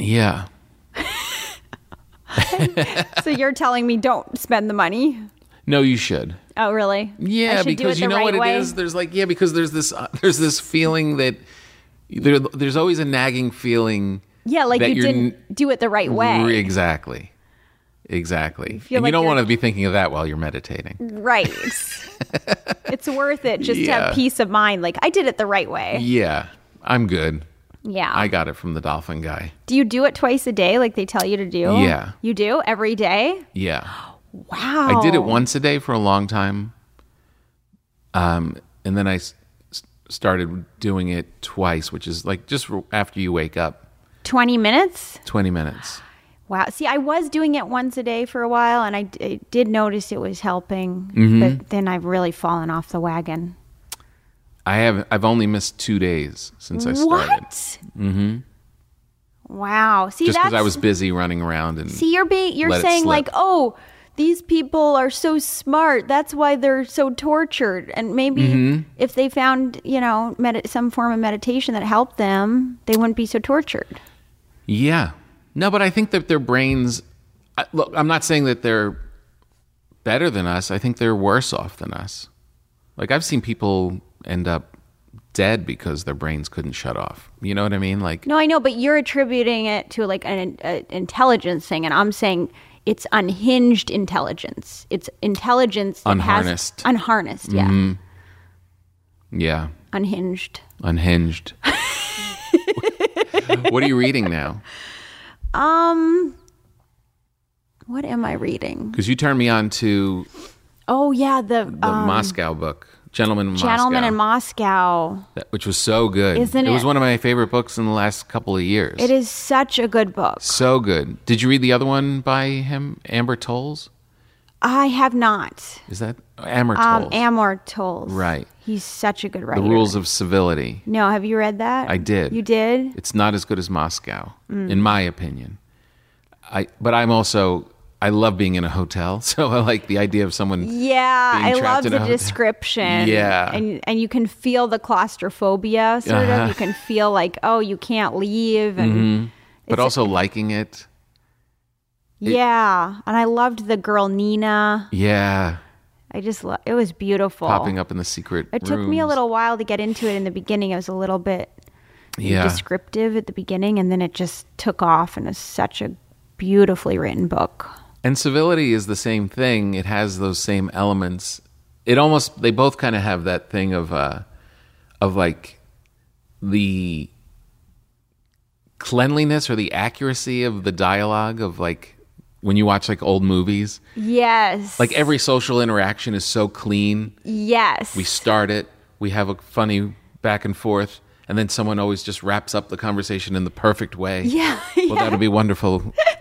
B: Yeah.
C: so you're telling me don't spend the money?
B: No, you should.
C: Oh, really? I
B: Yeah,
C: should do it
B: because
C: the
B: you know
C: right
B: what
C: way.
B: it is. There's like yeah, because there's this uh, there's this feeling that there, there's always a nagging feeling.
C: Yeah, like
B: that
C: you
B: you're
C: didn't do it the right way.
B: Re- exactly, exactly.
C: feel
B: and
C: like
B: you don't
C: you're- Mm.
B: want to be thinking of that while you're meditating.
C: right.
B: [laughs]
C: it's worth it just to
B: Yeah.
C: have peace of mind. Like I did it the right way.
B: Yeah, I'm good.
C: Yeah.
B: I got it from the dolphin guy.
C: do you do it twice a day like they tell you to do?
B: Yeah.
C: You do every day?
B: Yeah.
C: Wow.
B: I did it once a day for a long time. Um, and then I s- s- started doing it twice, which is like just r- after you wake up,
C: 20 minutes?
B: 20 minutes.
C: Wow. See, I was doing it once a day for a while and I, d- I did notice it was helping,
B: Mm-hmm.
C: but then I've really fallen off the wagon.
B: I have I've only missed 2 days since I started. Mm-hmm.
C: What? Mhm. Wow. See,
B: Just
C: that's
B: cuz I was busy running around and
C: See, you're being you're
B: let it
C: saying
B: slip.
C: like, "Oh, these people are so smart. That's why they're so tortured." And maybe
B: Mm-hmm.
C: if they found, you know, med- some form of meditation that helped them, they wouldn't be so tortured.
B: Yeah. No, but I think that their brains I, look, I'm not saying that they're better than us. I think they're worse off than us. Like I've seen people end up dead because their brains couldn't shut off. You know what I mean? Like
C: No, I know, but you're attributing it to like an a intelligence thing, and I'm saying it's unhinged intelligence. It's intelligence that
B: Unharnessed. Mm-hmm.
C: Has, unharnessed, yeah,
B: yeah.
C: unhinged.
B: Unhinged. [laughs] what are you reading now?
C: Um, what am I reading?
B: Because you turned me on to
C: Oh yeah, the,
B: the
C: um,
B: Moscow book, Gentleman in
C: Gentleman
B: Moscow,
C: in Moscow.
B: that- which was so good.
C: Isn't
B: was
C: it?
B: one of my favorite books in the last couple of years.
C: It is such a good book.
B: so good. Did you read the other one by him, Amber Tolles?
C: I have not.
B: Is that Amber
C: Um,
B: Tolles?
C: Amor Tolls.
B: Right.
C: He's such a good writer.
B: the Rules of Civility.
C: No, have you read that?
B: I did.
C: You did?
B: It's not as good as Moscow,
C: Mm.
B: in my opinion. I but I'm also I love being in a hotel, [laughs] so I like the idea of someone
C: Yeah,
B: Being
C: I
B: trapped
C: love
B: in
C: the
B: a hotel.
C: description.
B: Yeah.
C: And and you can feel the claustrophobia sort
B: Uh-huh. Mm-hmm.
C: of. You can feel like, oh, you can't leave and
B: but also liking it.
C: yeah. And I loved the girl Nina.
B: Yeah,
C: I just lo- it was beautiful.
B: popping up in the secret.
C: It took me a
B: rooms.
C: little while to get into it in the beginning. I was a little bit
B: Yeah,
C: descriptive at the beginning and then it just took off and is such a beautifully written book.
B: and civility is the same thing. It has those same elements. It almost they both kind of have that thing of uh, of like the cleanliness or the accuracy of the dialogue of like when you watch like old movies.
C: Yes.
B: Like eh, every social interaction is so clean.
C: yes.
B: We start it. We have a funny back and forth. And then someone always just wraps up the conversation in the perfect way.
C: [laughs] yeah.
B: Well, that'll be wonderful. That-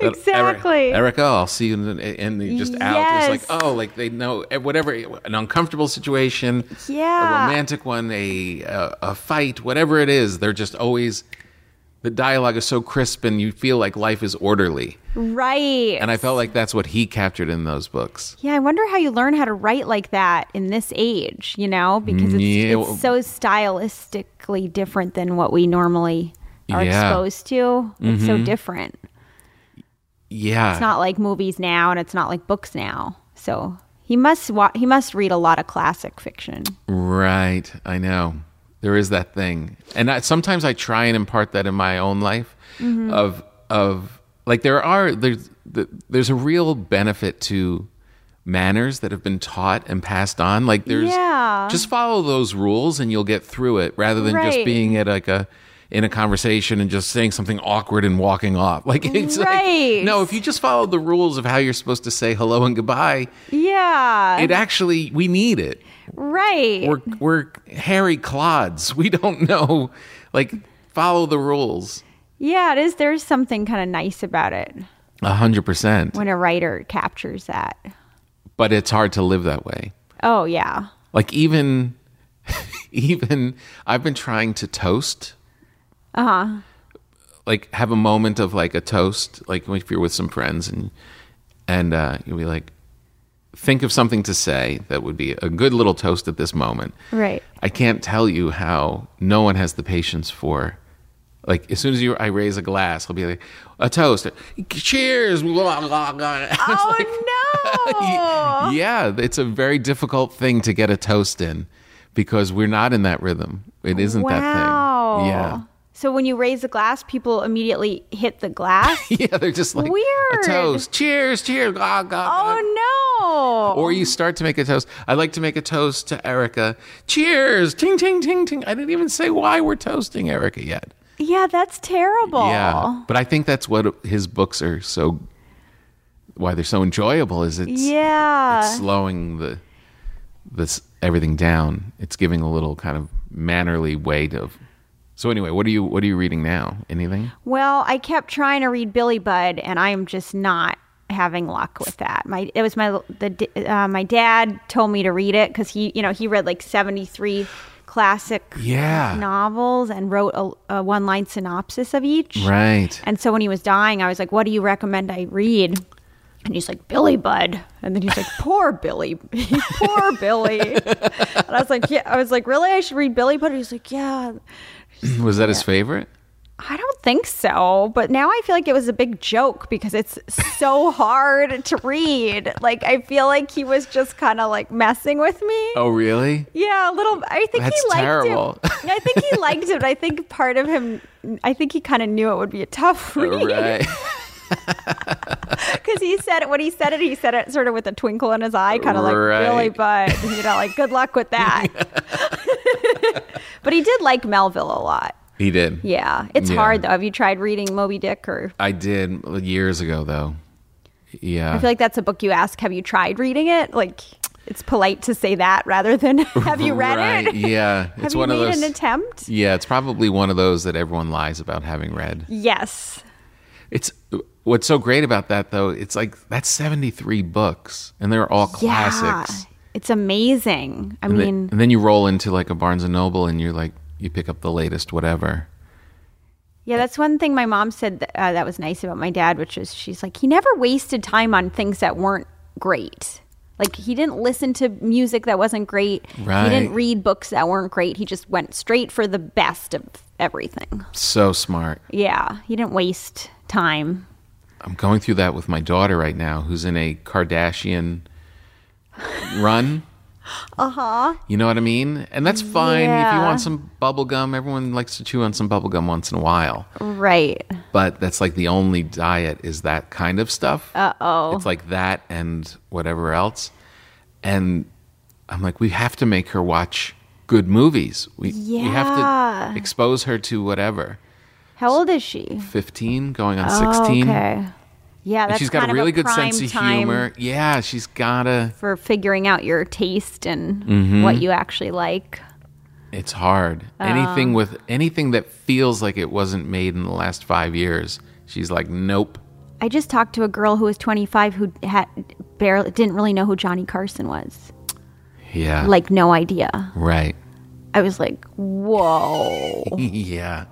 C: Exactly.
B: Eric- Erica, I'll see you. in- And they just out. It's
C: Yes.
B: like, oh, like they know whatever, an uncomfortable situation, a
C: Yeah.
B: romantic one, a, a, a fight, whatever it is. They're just always, the dialogue is so crisp and you feel like life is orderly.
C: right.
B: And I felt like that's what he captured in those books.
C: yeah, I wonder how you learn how to write like that in this age, you know, because it's,
B: Yeah, well-
C: it's so stylistically different than what we normally are
B: Yeah. Mm-hmm.
C: exposed to. It's so different.
B: Yeah.
C: It's not like movies now and it's not like books now. So he must wa- he must read a lot of classic fiction.
B: Right. I know. There is that thing. And I, sometimes I try and impart that in my own life
C: Mm-hmm.
B: of of like there are there's the, there's a real benefit to manners that have been taught and passed on. Like there's
C: Yeah.
B: just follow those rules and you'll get through it rather than just
C: Right.
B: being at like a in a conversation and just saying something awkward and walking off. [laughs] Like it's like
C: Right.
B: no, if you just follow the rules of how you're supposed to say hello and goodbye,
C: Yeah.
B: it actually we need it
C: right.
B: we're [laughs] we're hairy clods. We don't know. Like follow the rules.
C: Yeah, it is. There's something kind of nice about it
B: A hundred percent.
C: when a writer captures that.
B: But it's hard to live that way.
C: Oh, yeah.
B: Like even, [laughs] even I've been trying to toast. Uh huh. Like have a moment of like a toast. Like if you're with some friends and and uh, you'll be like, think of something to say that would be a good little toast at this moment. [laughs]
C: Right.
B: I can't tell you how no one has the patience for. Like as soon as you, I raise a glass, I'll be like, a toast, cheers. Blah, blah, blah.
C: Oh, no.
B: [laughs] yeah, it's a very difficult thing to get a toast in because we're not in that rhythm. It isn't that
C: wow.
B: thing. Yeah.
C: So when you raise the glass, people immediately hit
B: [laughs]
C: the glass.
B: Yeah, they're just like
C: Weird.
B: a toast. Cheers, cheers. Blah, blah, blah.
C: oh, no.
B: Or you start to make a toast. I'd like to make a toast to Erica. Cheers. Ting ting ting ting. I didn't even say why we're toasting Erica yet.
C: yeah, that's terrible.
B: Yeah, but I think that's what his books are so. Why they're so enjoyable is it's
C: Yeah.
B: it's slowing the this everything down. It's giving a little kind of mannerly way to. So anyway, what are you what are you reading now? Anything?
C: Well, I kept trying to read Billy Budd, and I am just not having luck with that. My it was my the d- uh, my dad told me to read it because he you know he read like seventy three classic
B: Yeah.
C: novels and wrote a, a one line synopsis of each.
B: Right.
C: And so when he was dying, I was like, "What do you recommend I read?" And he's like, "Billy Budd." And then he's like, [laughs] "Poor Billy, poor Billy." and I was like, "Yeah." I was like, "Really? I should read Billy Budd?" He's like, "Yeah."
B: [clears throat] Was that his favorite?
C: I don't think so, but now I feel like it was a big joke because it's
B: [laughs]
C: so hard to read. Like I feel like he was just kind of like messing with me.
B: Oh really?
C: Yeah, a little. I think
B: That's
C: he liked
B: terrible.
C: it. I think
B: [laughs]
C: he liked it. but I think part of him. I think he kind of knew it would be a tough read
B: Oh, Right.
C: because he said it when he said it. He said it sort of with a twinkle in his eye, kind of like
B: Right.
C: Billy Budd. You know, like good luck
B: [laughs]
C: with that. [laughs] but he did like Melville a lot.
B: [laughs] he did.
C: Yeah, it's
B: Yeah.
C: hard though. Have you tried reading Moby Dick or?
B: I did years ago though. Yeah.
C: I feel like that's a book you ask, have you tried reading it? Like it's polite to say that rather than [laughs] have you read
B: right.
C: [laughs] it?
B: Yeah.
C: have
B: it's
C: you
B: one
C: made
B: of those
C: an attempt?
B: Yeah, it's probably one of those that everyone lies about having read.
C: Yes.
B: It's what's so great about that though. It's like that's 73 books and they're all classics.
C: Yeah. It's amazing. I
B: And, the-
C: mean,
B: and then you roll into like a Barnes and Noble and you're like you pick up the latest whatever.
C: yeah, that's one thing my mom said that, uh, that was nice about my dad, which is she's like, he never wasted time on things that weren't great. Like he didn't listen to music that wasn't great. He
B: Right.
C: didn't read books that weren't great. He just went straight for the best of everything.
B: So smart.
C: Yeah, he didn't waste time.
B: I'm going through that with my daughter right now who's in a Kardashian
C: [laughs]
B: run. Uh-huh. You know what I mean? And that's fine if you
C: Yeah.
B: want some bubble gum. Everyone likes to chew on some bubble gum once in a while.
C: Right.
B: but that's like the only diet is that kind of stuff. Uh oh. It's like that and whatever else. And I'm like, we have to make her watch good movies. We, we have
C: Yeah.
B: to expose her to whatever.
C: How old is she?
B: 15 going on
C: Oh,
B: 16.
C: okay. Yeah,
B: And
C: that's
B: she's got
C: kind
B: a really
C: of a
B: good sense
C: prime
B: of
C: time
B: humor. Yeah, she's got to.
C: for figuring out your taste and
B: Mm-hmm.
C: what you actually like.
B: It's hard.
C: Oh.
B: anything with anything that feels like it wasn't made in the last 5 years. She's like, "Nope."
C: I just talked to a girl who was 25 who had barely didn't really know who Johnny Carson was.
B: Yeah.
C: Like no idea.
B: right. [laughs]
C: I was like, "Whoa,
B: yeah.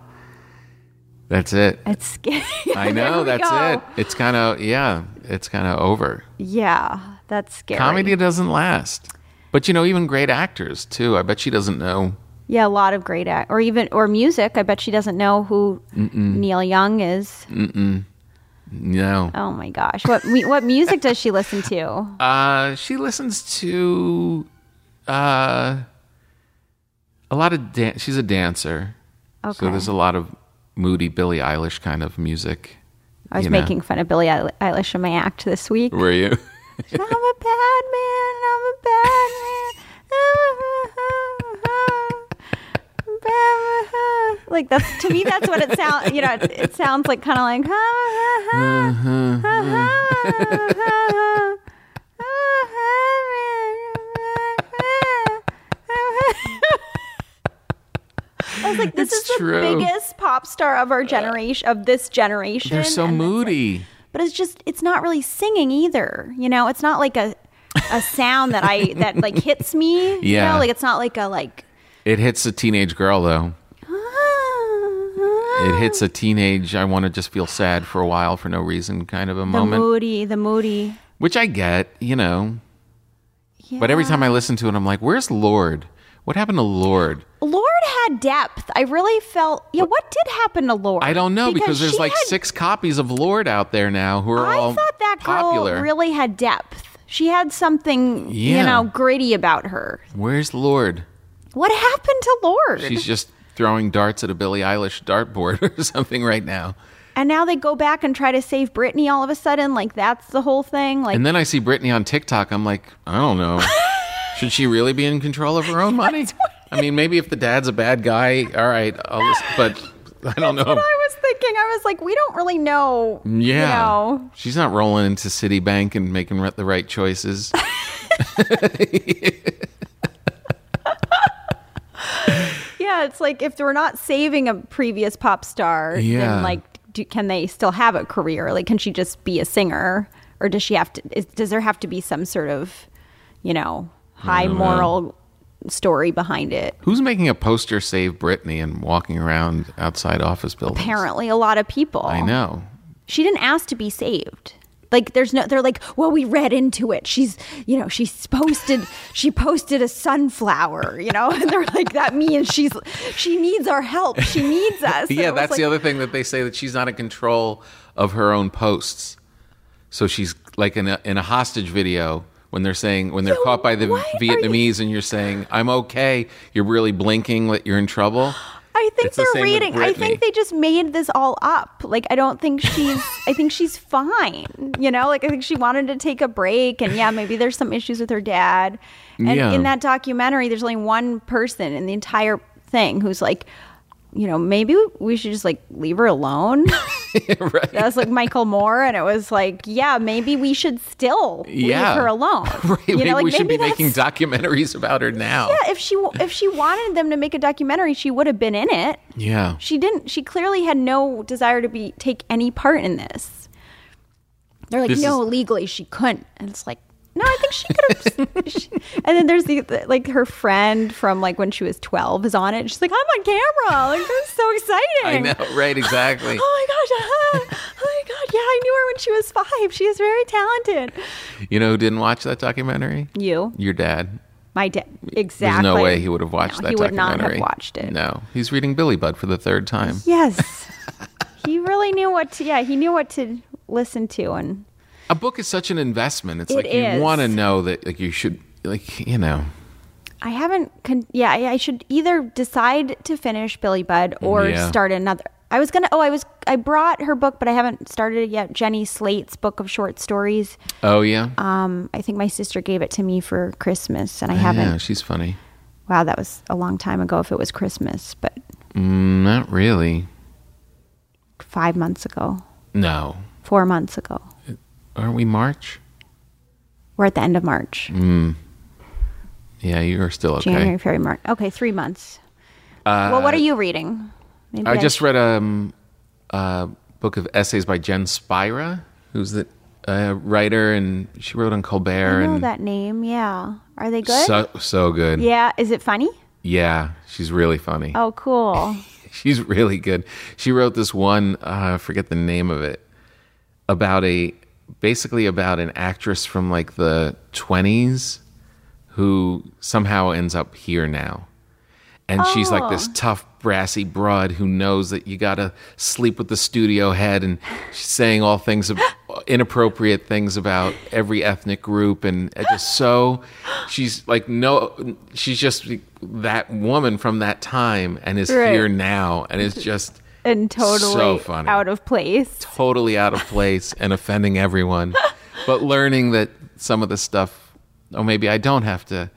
B: That's it.
C: that's scary."
B: [laughs] I
C: [laughs] There
B: know
C: we
B: that's
C: go.
B: it. It's kind of yeah, it's kind of over.
C: Yeah, that's scary.
B: Comedy doesn't last. But you know, even great actors too. I bet she doesn't know.
C: Yeah, a lot of great act, or even or music. I bet she doesn't know who Neil Young is.
B: Mm. No.
C: Oh my gosh, what mu- what music does she listen to?
B: Uh, she listens to uh, a lot of dance. She's a dancer,
C: Okay.
B: so there's a lot of moody Billie Eilish kind of music.
C: I was
B: you know.
C: making fun of Billie Eil- Eilish in my act
B: [laughs]
C: this week.
B: Were you?
C: I'm a bad man. I'm a bad man. Bad man. [laughs] Like that's to me. That's what it sounds. You know, it, it sounds like kind of like. [laughs] was like, this
B: It's
C: is
B: true. Uh,
C: the biggest pop star of our generation, of this generation.
B: They're so
C: And it's like-
B: moody.
C: but it's just, it's not really singing either. You know, it's not like a a sound that I
B: [laughs]
C: that like hits
B: Yeah.
C: me. you know? like it's not like a like.
B: It hits a teenage girl though.
C: Oh.
B: It hits a teenage I want to just feel sad for a while for no reason kind of a
C: "Ah, the
B: moment,
C: moody, the moody.
B: which I get, you know. But every
C: Yeah.
B: time I listen to it I'm like, "Where's Lord? What happened to Lord?"
C: Lord had depth. I really felt. Yeah, what did happen to Lord?
B: I don't know because,
C: she
B: there's like
C: had-
B: six copies of Lord out there now who are
C: I
B: all
C: thought that girl
B: popular.
C: really had depth. She had something,
B: Yeah.
C: you know, gritty about her.
B: Where's Lord?
C: What happened to Lord? [laughs]
B: She's just throwing darts at a Billie Eilish dartboard [laughs] or something right now.
C: and now they go back and try to save Britney all of a sudden. Like that's the whole thing. Like
B: And then I see Britney on TikTok. I'm like, I don't
C: [laughs]
B: know. Should she really be in control of her own money? I mean, maybe if the dad's a bad guy, all right, I'll listen, but I don't
C: what
B: know.
C: I was thinking, I was like, we don't really know. you
B: Yeah.
C: know.
B: She's not rolling into Citibank and making re- the right
C: [laughs]
B: choices.
C: Yeah, it's like if we're not saving a previous pop star,
B: Yeah.
C: then like, do, can they still have a career? Like, can she just be a singer, or does she have to? Is, does there have to be some sort of, you know, high moral story behind it?
B: Who's making a poster save Britney and walking around outside office buildings?
C: Apparently, a lot of people.
B: I
C: [laughs]
B: know.
C: she didn't ask to be saved. Like there's no they're like, well, we read into it. She's you know, she's posted she posted a sunflower, you know, [laughs] and they're like, that means she's she needs our help.
B: [laughs]
C: She needs us.
B: yeah,
C: And I was
B: that's the
C: like,
B: other thing that they say that she's not in control of her own posts. So she's like in a, in a hostage video when they're saying when they're
C: Yo,
B: caught by the
C: what are you-
B: Vietnamese and you're saying I'm okay, you're really blinking that you're in
C: [gasps]
B: trouble. [laughs]
C: I think
B: It's the
C: they're
B: same with
C: reading. I
B: Britney.
C: think they just made this all up. Like I don't think she's I think she's fine. You know, like I think she wanted to take a break and yeah, maybe there's some issues with her dad. And
B: Yeah.
C: in that documentary there's only one person in the entire thing who's like you know, maybe we should just like leave
B: [laughs]
C: her alone.
B: right.
C: That was like Michael Moore, and it was like, yeah, maybe we should still
B: Yeah.
C: leave her alone.
B: [laughs] Right.
C: You know,
B: maybe
C: like,
B: we should be
C: that's-
B: making documentaries about her now.
C: Yeah, if she if she wanted them to make a documentary, she would have been in it.
B: Yeah.
C: She didn't. She clearly had no desire to be take any part in this. They're like,
B: This
C: no,
B: is-
C: legally she couldn't, and it's like, no, I think she could have. [laughs] she, and then there's the, the- like her friend from like when she was twelve is on it. She's like, I'm on camera. Like this is so exciting.
B: [laughs] I know, right,
C: [gasps]
B: exactly.
C: Oh my gosh! ah, oh my god! Yeah, I knew her when she was five. She is very talented.
B: You know who didn't watch that documentary?
C: You,
B: Your dad.
C: my dad, exactly.
B: There's no way he would have watched that
C: No, He would not
B: documentary.
C: have watched it.
B: No. He's reading Billy Bud for the third time.
C: Yes, he really knew what to. Yeah, he knew what to listen to, and
B: a book is such an investment. It's
C: It
B: like you
C: is.
B: want to know that like you should like you know.
C: I haven't. Con- yeah, I, I should either decide to finish Billy Budd or
B: Yeah.
C: start another. I was gonna. Oh, I was. I brought her book, but I haven't started it yet. Jenny Slate's book of short stories.
B: Oh yeah.
C: Um, I think my sister gave it to me for Christmas, and I
B: Oh, yeah,
C: haven't.
B: she's funny.
C: Wow, that was a long time ago. If it was Christmas, but
B: Mm, Not really.
C: five months ago,
B: No.
C: four months ago.
B: Aren't we March?
C: We're at the end of March,
B: Yeah, you are still okay. Uh,
C: January, February, March. Okay, three months. well, what are you reading? Maybe
B: I just read um, a book of essays by Jen Spira, who's the uh, writer, and she wrote on Colbert
C: I know
B: and
C: that name. Yeah, are they good?
B: so so good.
C: yeah, is it funny?
B: Yeah, she's really funny.
C: Oh,
B: [laughs]
C: cool.
B: She's really good. She wrote this one, uh, I forget the name of it, about a basically about an actress from like the 20s who somehow ends up here now. And she's like this tough, brassy broad who knows that you got to sleep with the studio head and she's saying all things, ab- inappropriate things about every ethnic group. And it just so, she's like, no, she's just that woman from that time and is
C: Right.
B: here now. And
C: [laughs]
B: it's just
C: and
B: So
C: totally
B: funny.
C: out of place.
B: totally out of place and offending everyone. But learning that some of the stuff, oh, maybe I don't have to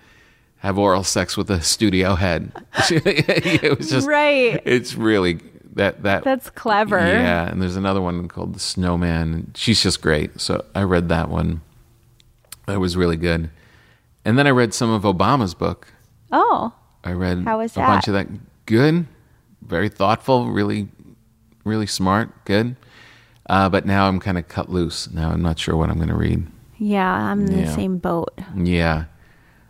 B: have oral sex with a studio head. [laughs] it was [laughs] just
C: Right.
B: It's really that that
C: That's clever.
B: Yeah, and there's another one called The Snowman. She's just great. So I read that one. That was really good. And then I read some of Obama's book.
C: Oh,
B: I read
C: How was
B: a bunch
C: that?
B: of that. Good. very thoughtful, really, really smart, good. Uh, but now I'm kind of cut loose. Now I'm not sure what I'm going to read.
C: Yeah, I'm in
B: Yeah.
C: the same boat.
B: Yeah,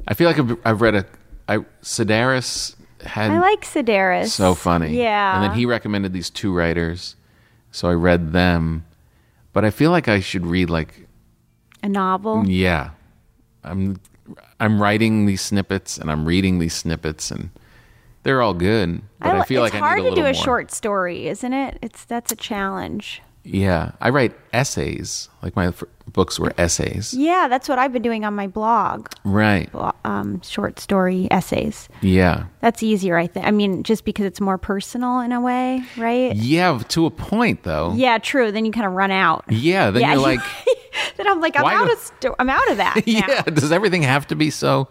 B: I feel like I've, I've read a. I Sedaris had
C: I like Sedaris.
B: so funny.
C: Yeah.
B: and then he recommended these two writers, so I read them. But I feel like I should read like
C: a novel.
B: Mm, yeah, I'm I'm writing these snippets and I'm reading these snippets and they're all good. But I,
C: li-
B: feel
C: it's
B: like I
C: hard
B: need a
C: to do
B: little
C: a
B: more.
C: short story, isn't it? It's that's a challenge.
B: Yeah, I write essays. Like my f- books were essays.
C: Yeah, that's what I've been doing on my blog,
B: Right.
C: blo- um, short story essays.
B: Yeah.
C: That's easier, I think. I mean, just because it's more personal in a way, right?
B: Yeah, to a point though.
C: Yeah, true. Then you kind of run out.
B: Yeah, then
C: [laughs] Yeah.
B: you're like,
C: then I'm like, I'm
B: Why
C: out
B: do-
C: of sto- I'm out of that. now.
B: [laughs] yeah, does everything have to be so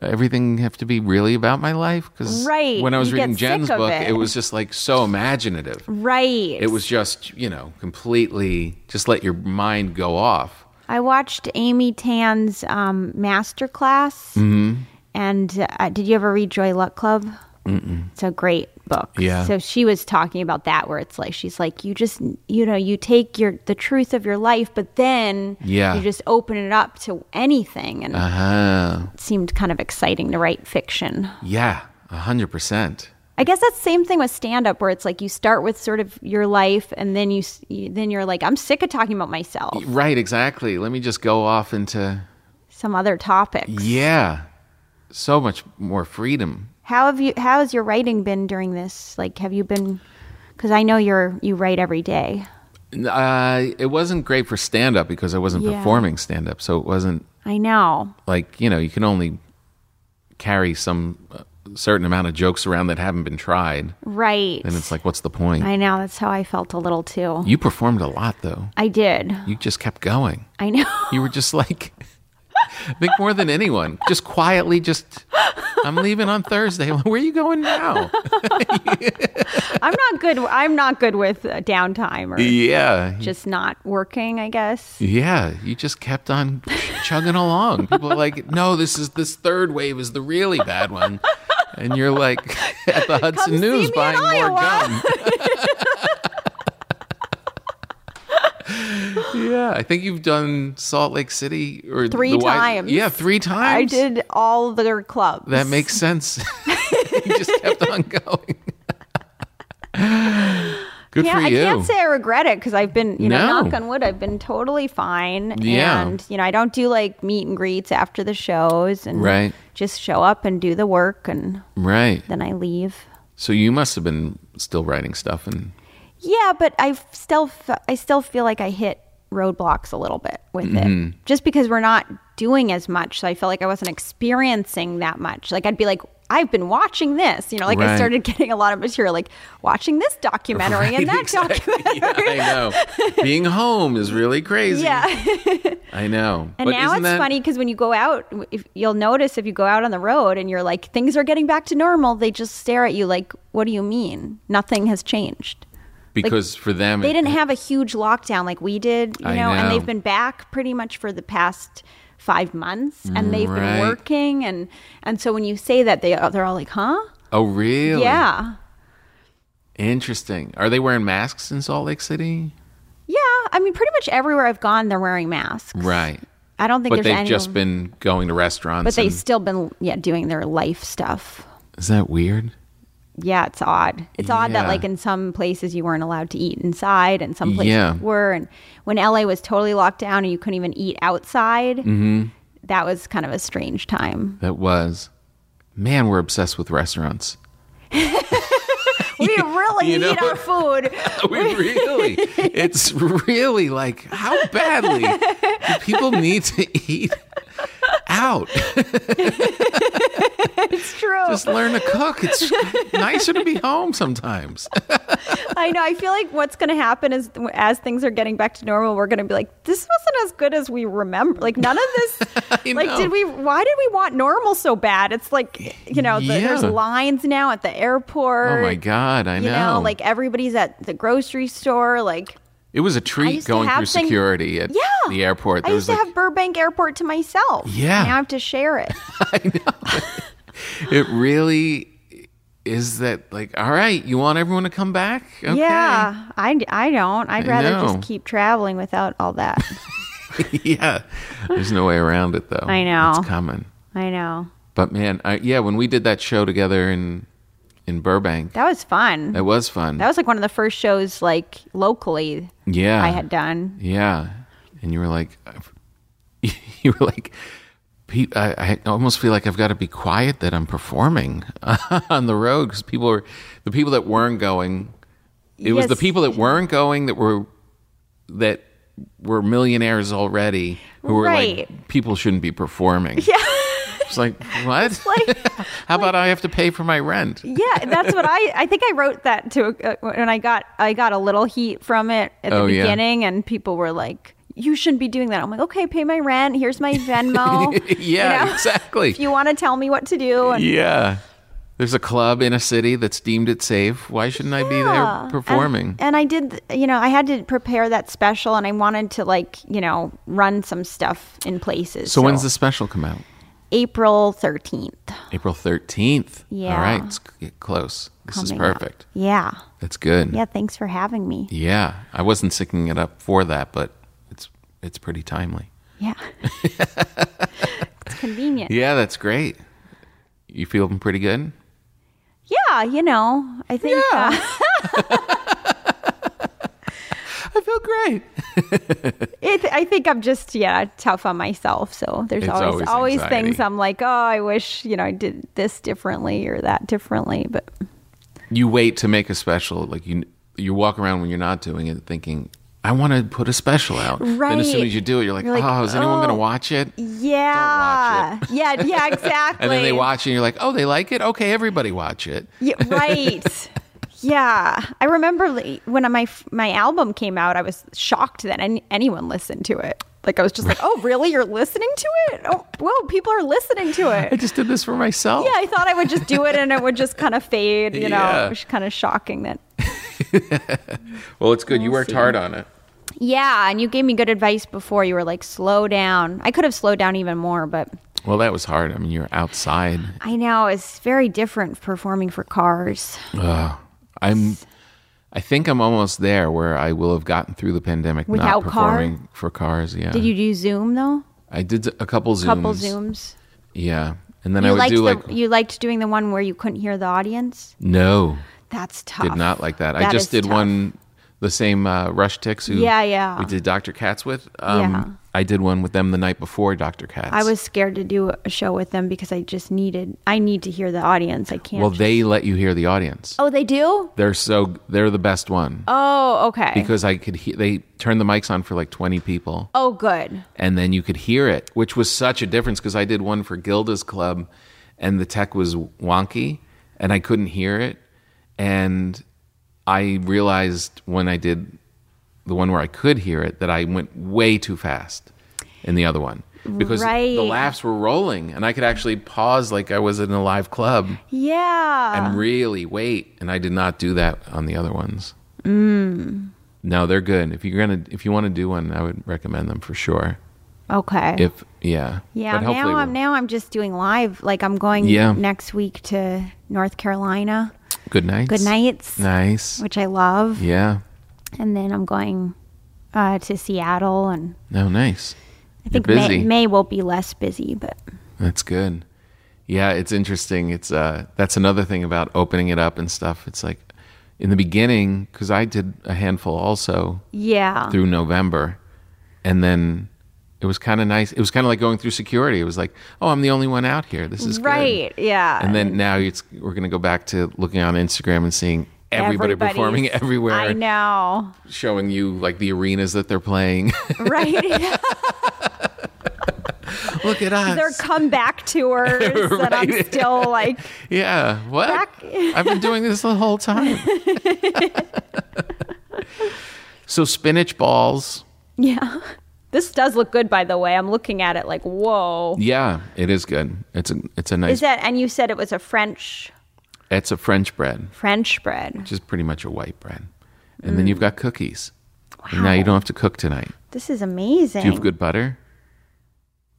B: everything have to be really about my life? Cuz
C: Right,
B: when I was
C: you get
B: reading Jen's
C: sick of
B: book,
C: it.
B: it was just like so imaginative.
C: Right.
B: It was just, you know, completely just let your mind go off.
C: I watched Amy Tan's um, masterclass.
B: Mm-hmm.
C: And uh, did you ever read Joy Luck Club? Mm-mm. It's a great book.
B: Yeah.
C: So she was talking about that, where it's like she's like, you just, you know, you take your the truth of your life, but then
B: Yeah.
C: you just open it up to anything, and
B: Uh-huh.
C: it seemed kind of exciting to write fiction.
B: Yeah, 100%.
C: I guess that's the same thing with stand up, where it's like you start with sort of your life, and then you, s- you then you're like, I'm sick of talking about myself.
B: Right, exactly. Let me just go off into
C: Some other topics.
B: yeah. So much more freedom.
C: How have you? How has your writing been during this? Like, have you been? Because I know you're you write every day.
B: Uh, it wasn't great for stand up because I wasn't
C: Yeah.
B: performing stand up. So it wasn't
C: I know.
B: like, you know, you can only carry some uh, certain amount of jokes around that haven't been tried.
C: Right.
B: Then it's like, what's the point?
C: I know. That's how I felt a little too.
B: you performed a lot, though.
C: I did.
B: You just kept going.
C: I know. [laughs]
B: You were just like, [laughs] I think more than anyone, just quietly, just, I'm leaving on Thursday. [laughs] Where are you going now?
C: I'm not good. I'm not good with uh, downtime or
B: Yeah.
C: just not working. I guess.
B: Yeah, you just kept on chugging along. People are like, "No, this is this third wave is the really bad one," and you're like [laughs] at the Hudson
C: see me
B: News
C: in
B: buying more
C: Iowa. [laughs]
B: gum. yeah, I think you've done Salt Lake City or
C: Three
B: the Wy-
C: times.
B: Yeah, three
C: I
B: times.
C: did all their clubs.
B: That makes sense. [laughs] you just kept on
C: [laughs]
B: going. Good
C: Yeah,
B: for
C: I
B: you.
C: can't say I regret it because I've been, you know,
B: No.
C: knock on wood, I've been totally fine.
B: Yeah.
C: And, you know, I don't do like meet and greets after the shows and
B: Right.
C: just show up and do the work and
B: right.
C: then I leave.
B: So you must have been still writing stuff and
C: Yeah, but I still f- I still feel like I hit roadblocks a little bit with
B: Mm-hmm.
C: it. Just because we're not doing as much, so I felt like I wasn't experiencing that much. Like I'd be like I've been watching this, you know, like
B: Right.
C: I started [laughs] getting a lot of material like watching this
B: [laughs]
C: documentary and that
B: Yeah,
C: documentary.
B: I know. Being home is really crazy.
C: [laughs] yeah.
B: I know.
C: And
B: But
C: now
B: isn't
C: it's funny 'cause
B: that-
C: funny because when you go out, if you'll notice if you go out on the road and you're like, things are getting back to normal, they just stare at you like, what do you mean? Nothing has changed.
B: because for them
C: They
B: it-
C: didn't have a huge lockdown like we did, you
B: I
C: know, and
B: know.
C: they've been back pretty much for the past five months and they've
B: Right.
C: been working. And, and so when you say that, they, uh, they're all like, huh?
B: Oh, really?
C: Yeah.
B: Interesting. Are they wearing masks in Salt Lake City?
C: Yeah. I mean, pretty much everywhere I've gone, they're wearing masks.
B: Right.
C: I don't think
B: But
C: there's
B: they've
C: any.
B: just been going to restaurants.
C: but they've
B: and-
C: still been yeah, doing their life stuff.
B: Is that weird?
C: yeah, it's odd. It's odd
B: Yeah.
C: that like in some places you weren't allowed to eat inside, and some places
B: Yeah.
C: were. And when LA was totally locked down and you couldn't even eat outside,
B: Mm-hmm.
C: that was kind of a strange time.
B: That was. Man, we're obsessed with
C: [laughs]
B: restaurants.
C: We really
B: [laughs] You know-
C: need
B: [laughs]
C: our food.
B: We really. it's really like how badly do people need to eat out? [laughs]
C: It's true.
B: Just learn to cook. It's nicer to be home sometimes.
C: [laughs]
B: [laughs]
C: I know. I feel like what's going to happen is as things are getting back to normal, we're going to be like, this wasn't as good as we remember. Like none of this.
B: [laughs] I
C: like,
B: know.
C: did we? Why did we want normal so bad? It's like you know, the, there's
B: Yeah.
C: lines now at the airport.
B: Oh my god, I
C: you
B: know.
C: know, like everybody's at the grocery store. Like,
B: it was a
C: I
B: treat
C: used to
B: going
C: have
B: through
C: things-
B: security at
C: yeah,
B: the airport.
C: I
B: There
C: used
B: was
C: to
B: like
C: have Burbank Airport to myself.
B: Yeah.
C: now I have to share it.
B: it really is that like all right? You want everyone to come back? Okay.
C: Yeah, I, I don't. I'd
B: I
C: rather
B: know.
C: just keep traveling without
B: [laughs]
C: all that.
B: yeah. There's no way around it though.
C: I know.
B: it's coming.
C: I know.
B: But man, I, yeah, when we did that show together in in Burbank,
C: That was fun.
B: it was fun.
C: That was like one of the first shows like locally
B: yeah,
C: I had done.
B: Yeah, and you were like, [laughs] you were like, Pete, I, I almost feel like I've got to be quiet that I'm performing [laughs] on the road because people are the people that weren't going. It was
C: Yes.
B: the people that weren't going that were that were millionaires already who were like
C: Right.
B: people shouldn't be performing. Yeah. It's
C: [laughs]
B: like what?
C: like-
B: [laughs] How about I have to pay for my rent?
C: Yeah, that's what I I think I wrote that to uh, when I got I got a little heat from it at the
B: Oh, yeah.
C: beginning and people were like you shouldn't be doing that. I'm like, okay, pay my rent. Here's my
B: [laughs]
C: Venmo.
B: [laughs] yeah,
C: You know?
B: exactly.
C: If you want to tell me what to do, and
B: yeah. There's a club in a city that's deemed it safe. Why shouldn't I be
C: Yeah.
B: there
C: And-
B: performing?
C: And, I did, you know, I had to prepare that special, and I wanted to like, you know, run some stuff in places.
B: so when's the special come out?
C: April thirteenth.
B: April 13th. All
C: Yeah.
B: right, it's c- close. This is perfect.
C: Yeah.
B: That's good.
C: Yeah. Thanks for having me.
B: Yeah. I wasn't syncing it up for that, but it's it's pretty timely.
C: Yeah.
B: [laughs]
C: it's convenient.
B: Yeah, that's great. You feeling pretty good?
C: Yeah. You know, I think. uh,
B: I feel great.
C: It, I think I'm just yeah tough on myself. So there's
B: It's
C: always
B: always
C: always
B: anxiety.
C: things I'm like, oh, I wish you know I did this differently or that differently. But
B: You wait to make a special like you you walk around when you're not doing it thinking I want to put a special out. Then as soon
C: Right.
B: as you do it, you're like,
C: You're like,
B: "Oh, is anyone going to
C: "Oh."
B: watch it?"
C: yeah,
B: [laughs]
C: yeah, yeah, exactly.
B: And then they watch it and you're like, oh, they like it? Okay, everybody watch it.
C: Yeah, right. yeah, I remember li- when my my album came out, I was shocked that any, anyone listened to it. Like I was just like, oh, really? You're listening to it? Oh, whoa, people are listening to
B: I
C: it.
B: just did this for myself.
C: [laughs] Yeah, I thought I would just do it and it would just kind of fade. You know,
B: Yeah.
C: it was kind of shocking that
B: Well, it's good. You worked hard on it.
C: Yeah, and you gave me good advice before. You were like, slow down. I could have slowed down even more, but
B: Well, that was hard. I mean, you're outside.
C: I know it's very different performing for cars.
B: I'm. I think I'm almost there where I will have gotten through the pandemic
C: Without
B: not
C: car?
B: performing for cars. Yeah,
C: Did you do Zoom though?
B: I did a couple Uh-huh. zooms.
C: Couple Zooms.
B: Yeah, and then I
C: You
B: would
C: liked
B: do
C: the,
B: like
C: you liked doing the one where you couldn't hear the audience.
B: no,
C: That's tough.
B: did not like that. I
C: That
B: just
C: is
B: did
C: tough.
B: one, the same uh, Rush Ticks. Who
C: Yeah, yeah.
B: We did Dr. Katz with. Um,
C: Yeah.
B: I did one with them the night before Dr. Katz.
C: I was scared to do a show with them because I just needed. I need to hear the audience. I can't.
B: Well, they let you hear the audience.
C: oh, they do.
B: They're so they're the best one
C: Oh, okay.
B: because I could hear they turned the mics on for like 20 people
C: oh, good.
B: and then you could hear it, which was such a difference because I did one for Gilda's club and the tech was wonky and I couldn't hear it and I realized when I did the one where I could hear it that I went way too fast in the other one because
C: Right.
B: the laughs were rolling and I could actually pause like I was in a live club
C: Yeah.
B: and really wait. And I did not do that on the other ones. Mm. No, they're good. If you're gonna, if you want to do one, I would recommend them for sure.
C: okay.
B: If yeah,
C: Yeah,
B: But hopefully
C: now I'm
B: we'll-
C: now I'm just doing live. Like I'm going
B: Yeah.
C: next week to North Carolina,
B: Good night.
C: Good Nights,
B: Nice.
C: which I love,
B: Yeah.
C: and then I'm going uh, to Seattle, and
B: No, nice.
C: I think
B: busy.
C: May, May will be less busy. But
B: That's good. Yeah, it's interesting. It's uh, that's another thing about opening it up and stuff. It's like in the beginning because I did a handful also
C: yeah,
B: through November. And then it was kind of nice. It was kind of like going through security. It was like, oh, I'm the only one out here. This is good.
C: right, yeah.
B: And then now it's, we're going to go back to looking on Instagram and seeing everybody
C: Everybody's-
B: performing everywhere,
C: [laughs] I know,
B: showing you like the arenas that they're playing. [laughs]
C: right? [laughs]
B: Look at
C: Their
B: us.
C: comeback
B: [laughs]
C: tours, and I'm
B: Right.
C: still like,
B: yeah. What?
C: Back- [laughs]
B: I've been doing this the whole time. so spinach balls.
C: yeah. This does look good, by the way. I'm looking at it like, whoa.
B: Yeah, it is good. It's a it's a
C: Is
B: nice.
C: that? And you said it was a French
B: it's a French bread.
C: French bread.
B: which is pretty much a white bread. And then
C: Mm.
B: you've got cookies. And now you don't have to cook tonight.
C: This is amazing. Um,
B: Do you have good butter?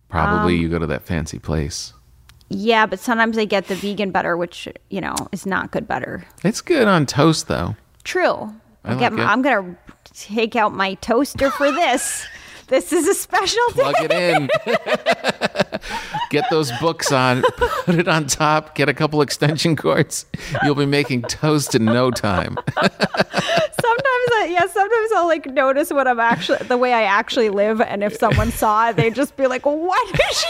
B: Probably you go to that fancy place.
C: Yeah, but sometimes they get the vegan butter, which you know is not good butter.
B: It's good on toast though.
C: True.
B: I
C: I'll get
B: like
C: my-
B: it.
C: I'm gonna take out my toaster
B: [laughs]
C: for this. this is a special
B: Plug
C: day.
B: it
C: [laughs]
B: in. get those books on, put it on top, get a couple extension cords. You'll be making toast in no time.
C: Sometimes, I, yeah, sometimes I'll like notice what I'm actually the way I actually live, and if someone saw it, they'd just be like, "What is she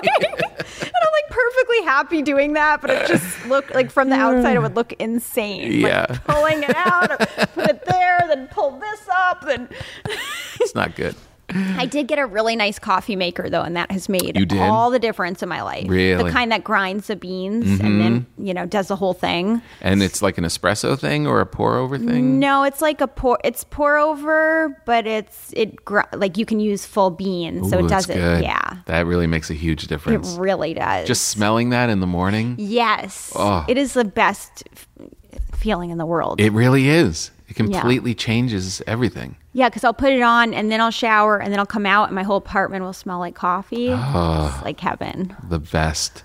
C: doing?" and I'm like perfectly happy doing that, but it just looked like from the outside, it would look insane. like,
B: Yeah.
C: pulling it out, or put it there, then pull this up, then.
B: It's not good.
C: I did get a really nice coffee maker though, and that has made
B: You did?
C: all the difference in my life.
B: Really? Mm-hmm.
C: the kind that grinds the beans and then you know does the whole thing.
B: And it's like an espresso thing or a pour over thing.
C: No, it's like a pour. It's pour over, but it's it gr- like you can use full beans, so
B: Ooh,
C: it
B: that's
C: does it.
B: good.
C: Yeah,
B: That really makes a huge
C: it
B: difference.
C: really does.
B: Just smelling that in the morning,
C: yes,
B: Oh.
C: it is the best f- feeling in the world.
B: it really is. It completely changes everything.
C: yeah, because I'll put it on and then I'll shower and then I'll come out and my whole apartment will smell like coffee.
B: Ah.
C: It's like heaven.
B: The best.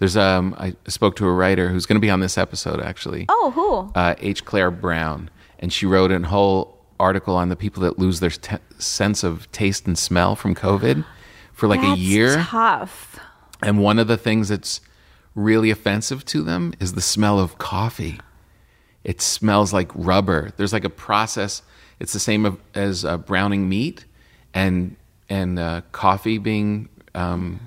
B: There's um I spoke to a writer who's going to be on this episode actually.
C: Oh, who?
B: uh, H. Claire Brown, and she wrote a whole article on the people that lose their t- sense of taste and smell from COVID for like
C: That's
B: a year.
C: Tough.
B: And one of the things that's really offensive to them is the smell of coffee. It smells like rubber. There's like a process. It's the same of- as uh, browning meat and and uh, coffee being um,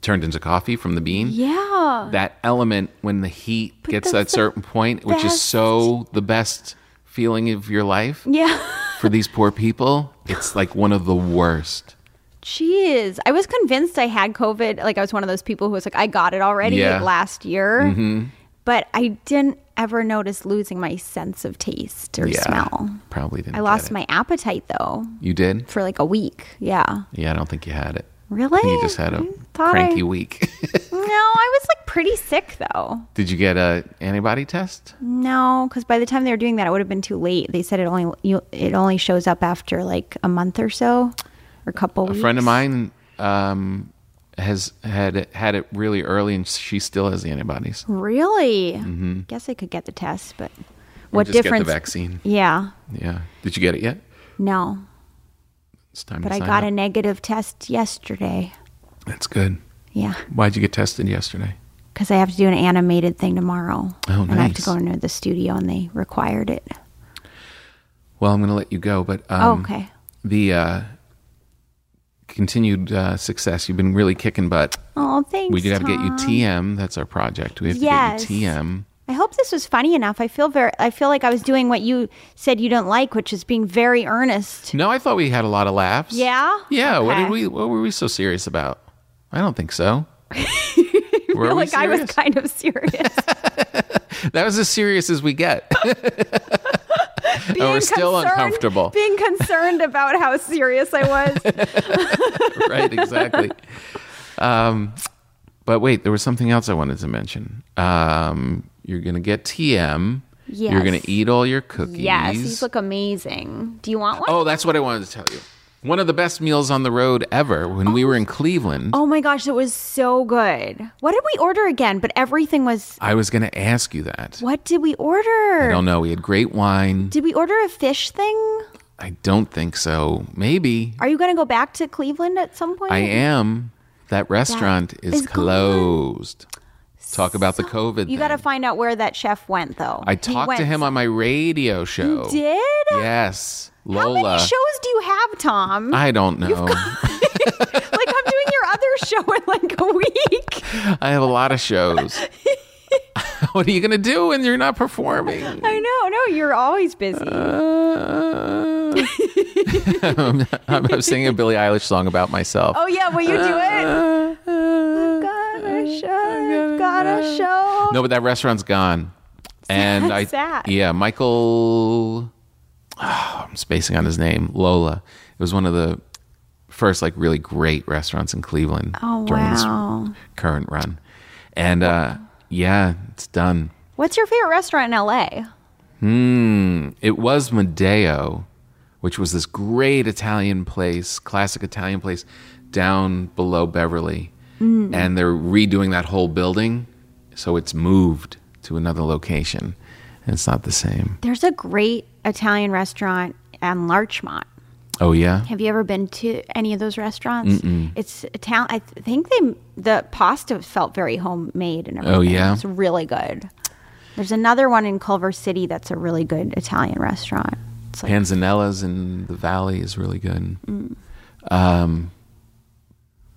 B: turned into coffee from the bean
C: Yeah.
B: that element when the heat gets to
C: that's
B: that
C: the
B: certain point, which is so the best feeling of your life
C: Yeah. [laughs]
B: for these poor people. It's like one of the worst.
C: Jeez. I was convinced I had COVID. Like, I was one of those people who was like, I got it already
B: Yeah. Mm-hmm.
C: like, last year. But I didn't ever notice losing my sense of taste or smell.
B: Probably didn't.
C: I
B: get
C: lost
B: it.
C: my appetite, though,
B: You did?
C: for like a week. Yeah.
B: Yeah, I don't think you had it.
C: Really?
B: You just had a
C: I thought
B: cranky
C: I-
B: week. [laughs]
C: No, I was like pretty sick, though.
B: did you get a antibody test?
C: No, because by the time they were doing that, it would have been too late. They said it only you, it only shows up after like a month or so, or a couple.
B: A friend of mine um, has had it, had it really early, and she still has the antibodies.
C: Really? Guess I could get the test, but what
B: Mm-hmm. just
C: difference?
B: Get the vaccine.
C: Yeah.
B: Yeah. Did you get it yet?
C: No.
B: It's time.
C: But
B: to
C: I
B: sign
C: got
B: up.
C: a negative test yesterday.
B: That's good.
C: Yeah.
B: Why'd you get tested yesterday?
C: Because I have to do an animated thing tomorrow.
B: Oh,
C: And I have to
B: nice.
C: go into the studio and they required it. Oh,
B: Well, I'm going to let you go, but um,
C: okay.
B: the uh, continued uh, success. You've been really kicking butt.
C: Oh, thanks.
B: We do have to get you
C: Tom.
B: TM. That's our project. We have to
C: Yes.
B: get you TM.
C: I hope this was funny enough. I feel very I feel like I was doing what you said you don't like, which is being very earnest.
B: No, I thought we had a lot of laughs.
C: Yeah?
B: [laughs] Yeah. What did
C: Okay.
B: we? What were we so serious about? I don't think
C: [laughs]
B: so. were we
C: like I was
B: serious?
C: kind
B: [laughs]
C: of serious.
B: that was as serious as we get. [laughs]
C: being
B: Oh, we're still
C: concerned-
B: uncomfortable.
C: Being concerned about how serious
B: [laughs]
C: I was.
B: right. Exactly. um, but wait, there was something else I wanted to mention. Um, you're going to get TM. You're
C: Yes.
B: going to eat all your cookies.
C: yes, these look amazing. Do you want one?
B: Oh, that's what I wanted to tell you. One of the best meals on the road ever when we were in Cleveland.
C: Oh my gosh, it was so good. What did we order again? But everything was.
B: I was going to ask you that.
C: What did we
B: I
C: order?
B: don't know. We had great wine.
C: Did we order a fish thing?
B: I don't think so. Maybe
C: Are you going to go back to Cleveland at some point?
B: I am. That restaurant is
C: is gone.
B: closed. Talk about the COVID.
C: You got to
B: thing.
C: find out where that chef went, though.
B: I
C: He
B: talked to
C: went-
B: him on my radio show.
C: You did?
B: Yes,
C: How
B: Lola.
C: many shows do you have,
B: [laughs]
C: Tom?
B: I don't know.
C: like I'm doing your other show in like a week.
B: [laughs] I have a lot of
C: [laughs]
B: shows. what are you going to do when you're not
C: [laughs]
B: performing? [laughs]
C: I know. No, you're always busy.
B: Uh, I'm, I'm singing a Billie Eilish song about myself.
C: oh yeah, will you do
B: Uh, [laughs]
C: it? Got a show. Got a show.
B: No, but that restaurant's gone. And I,
C: That's [laughs] sad.
B: yeah, Michael, [sighs] oh, I'm spacing on his name, Lola. It was one of the first, like, really great restaurants in Cleveland
C: Oh
B: during
C: wow.
B: this current run. And uh, yeah, it's done.
C: What's your favorite restaurant in LA?
B: It was Medeo, which was this great Italian place, classic Italian place down below Beverly.
C: Mm.
B: and they're redoing that whole building, so it's moved to another location, and it's not the same.
C: There's a great Italian restaurant on Larchmont.
B: Oh yeah,
C: Have you ever been to any of those restaurants? It's Italian. I th- think they the pasta felt very homemade and everything.
B: Oh, yeah?
C: it's really good. There's another one in Culver City that's a really good Italian restaurant. It's like Mm.
B: Panzanella's in the valley is really good. Um,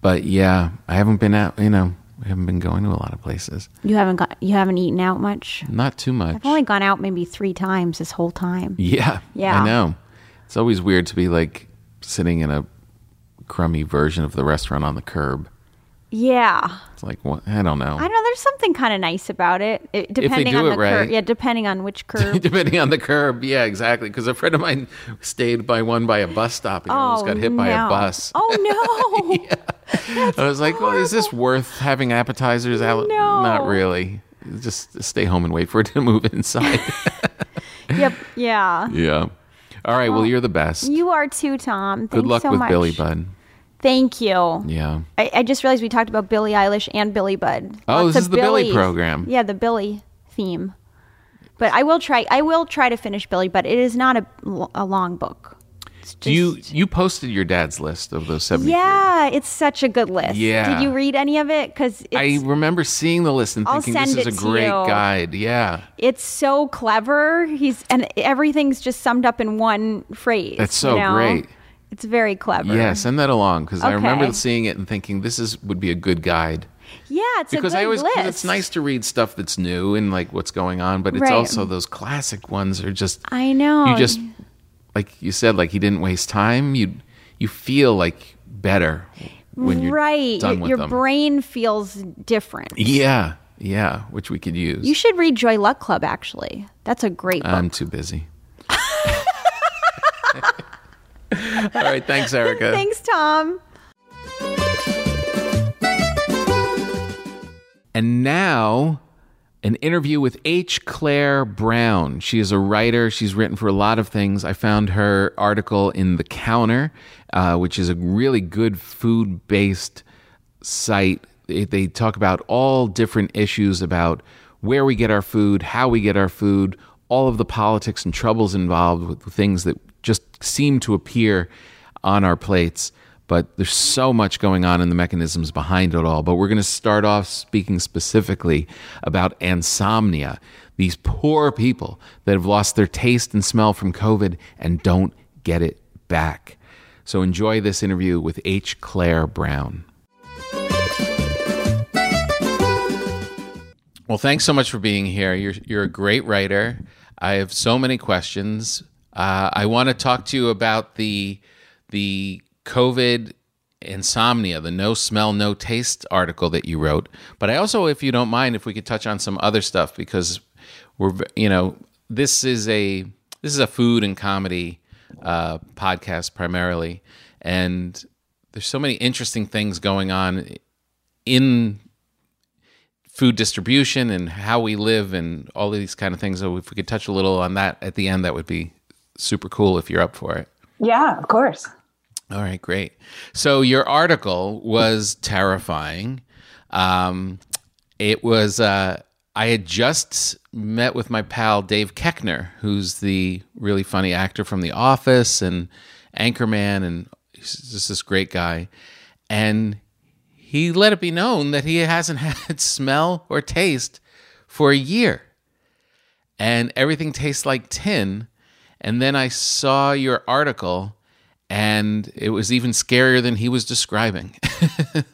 B: but yeah, I haven't been out. You know, I haven't been going to a lot of places.
C: you haven't got you haven't eaten out much.
B: Not too much.
C: I've only gone out maybe three times this whole time.
B: Yeah.
C: Yeah.
B: I know. It's always weird to be like sitting in a crummy version of the restaurant on the curb.
C: Yeah,
B: It's like, what? I don't know.
C: I
B: [laughs]
C: don't know. There's something kind of nice about it. it depending
B: do
C: on
B: it
C: the
B: right.
C: curve, yeah, depending on which curve.
B: Depending on the curb. Yeah, exactly. Because a friend of mine stayed by one by a bus stop and almost got hit by a
C: Oh, no.
B: bus.
C: [laughs] Oh
B: [laughs]
C: no!
B: I was like, well, is this worth having appetizers out?
C: No.
B: Not really. Just stay home and wait for it to [laughs] move inside.
C: [laughs] Yep. Yeah.
B: yeah. All right. Well, you're the best.
C: Oh, You are too, Tom. Thanks
B: Good luck
C: so
B: with
C: much.
B: Billy Bud.
C: Thank you.
B: Yeah.
C: I, I just realized we talked about Billie Eilish and Billy Bud.
B: Oh,
C: Lots
B: this
C: of
B: is the Billy
C: Billies.
B: program.
C: Yeah, the Billy theme. But I will try. I will try to finish Billy, but it is not a, a long book. It's
B: Do you
C: just-
B: you posted your dad's list of those 73
C: Yeah, it's such a good list.
B: Yeah.
C: Did you read any of it? Because
B: I remember seeing the list and
C: I'll
B: thinking this
C: send
B: is
C: it
B: a
C: to
B: great
C: you.
B: guide. Yeah.
C: it's so clever. He's and everything's just summed up in one phrase.
B: That's so
C: you know?
B: great.
C: It's very clever.
B: Yeah, send that along because I remember
C: Okay.
B: seeing it and thinking this is would be a good guide
C: Yeah, it's
B: because
C: a good
B: I always 'cause
C: list.
B: it's nice to read stuff that's new and like what's going on, but it's
C: Right.
B: also those classic ones are just
C: I know.
B: you just like you said like he didn't waste time. You you feel like better when you're
C: right.
B: done
C: your
B: with
C: your
B: them.
C: brain feels different.
B: yeah, yeah, which we could use.
C: You should read Joy Luck Club. Actually, that's a great book.
B: I'm too
C: [laughs]
B: busy. [laughs] All right, thanks, Erica.
C: Thanks, Tom.
B: And now, an interview with H. Claire Brown. She is a writer. She's written for a lot of things. I found her article in The Counter, uh, which is a really good food based site. It- They talk about all different issues about where we get our food, how we get our food, all of the politics and troubles involved with the things that just seem to appear on our plates but there's so much going on in the mechanisms behind it all. But we're going to start off speaking specifically about insomnia, these poor people that have lost their taste and smell from COVID and don't get it back. So enjoy this interview with H. Claire Brown. Well, thanks so much for being here. You're you're a great writer. I have so many questions. Uh, I want to talk to you about the the COVID insomnia, the no smell, no taste article that you wrote. But I also, if you don't mind, if we could touch on some other stuff because we're v- you know this is a this is a food and comedy uh, podcast primarily, and there's so many interesting things going on in food distribution and how we live and all these kind of things. So if we could touch a little on that at the end, that would be super cool if you're up for it.
D: Yeah, of course.
B: All right, great. So your article was terrifying. Um, it was. Uh, I had just met with my pal Dave Keckner, who's the really funny actor from The Office and Anchorman, and he's just this great guy. And he let it be known that he hasn't [laughs] had smell or taste for a year and everything tastes like tin. And then I saw your article, and it was even scarier than he was describing. [laughs]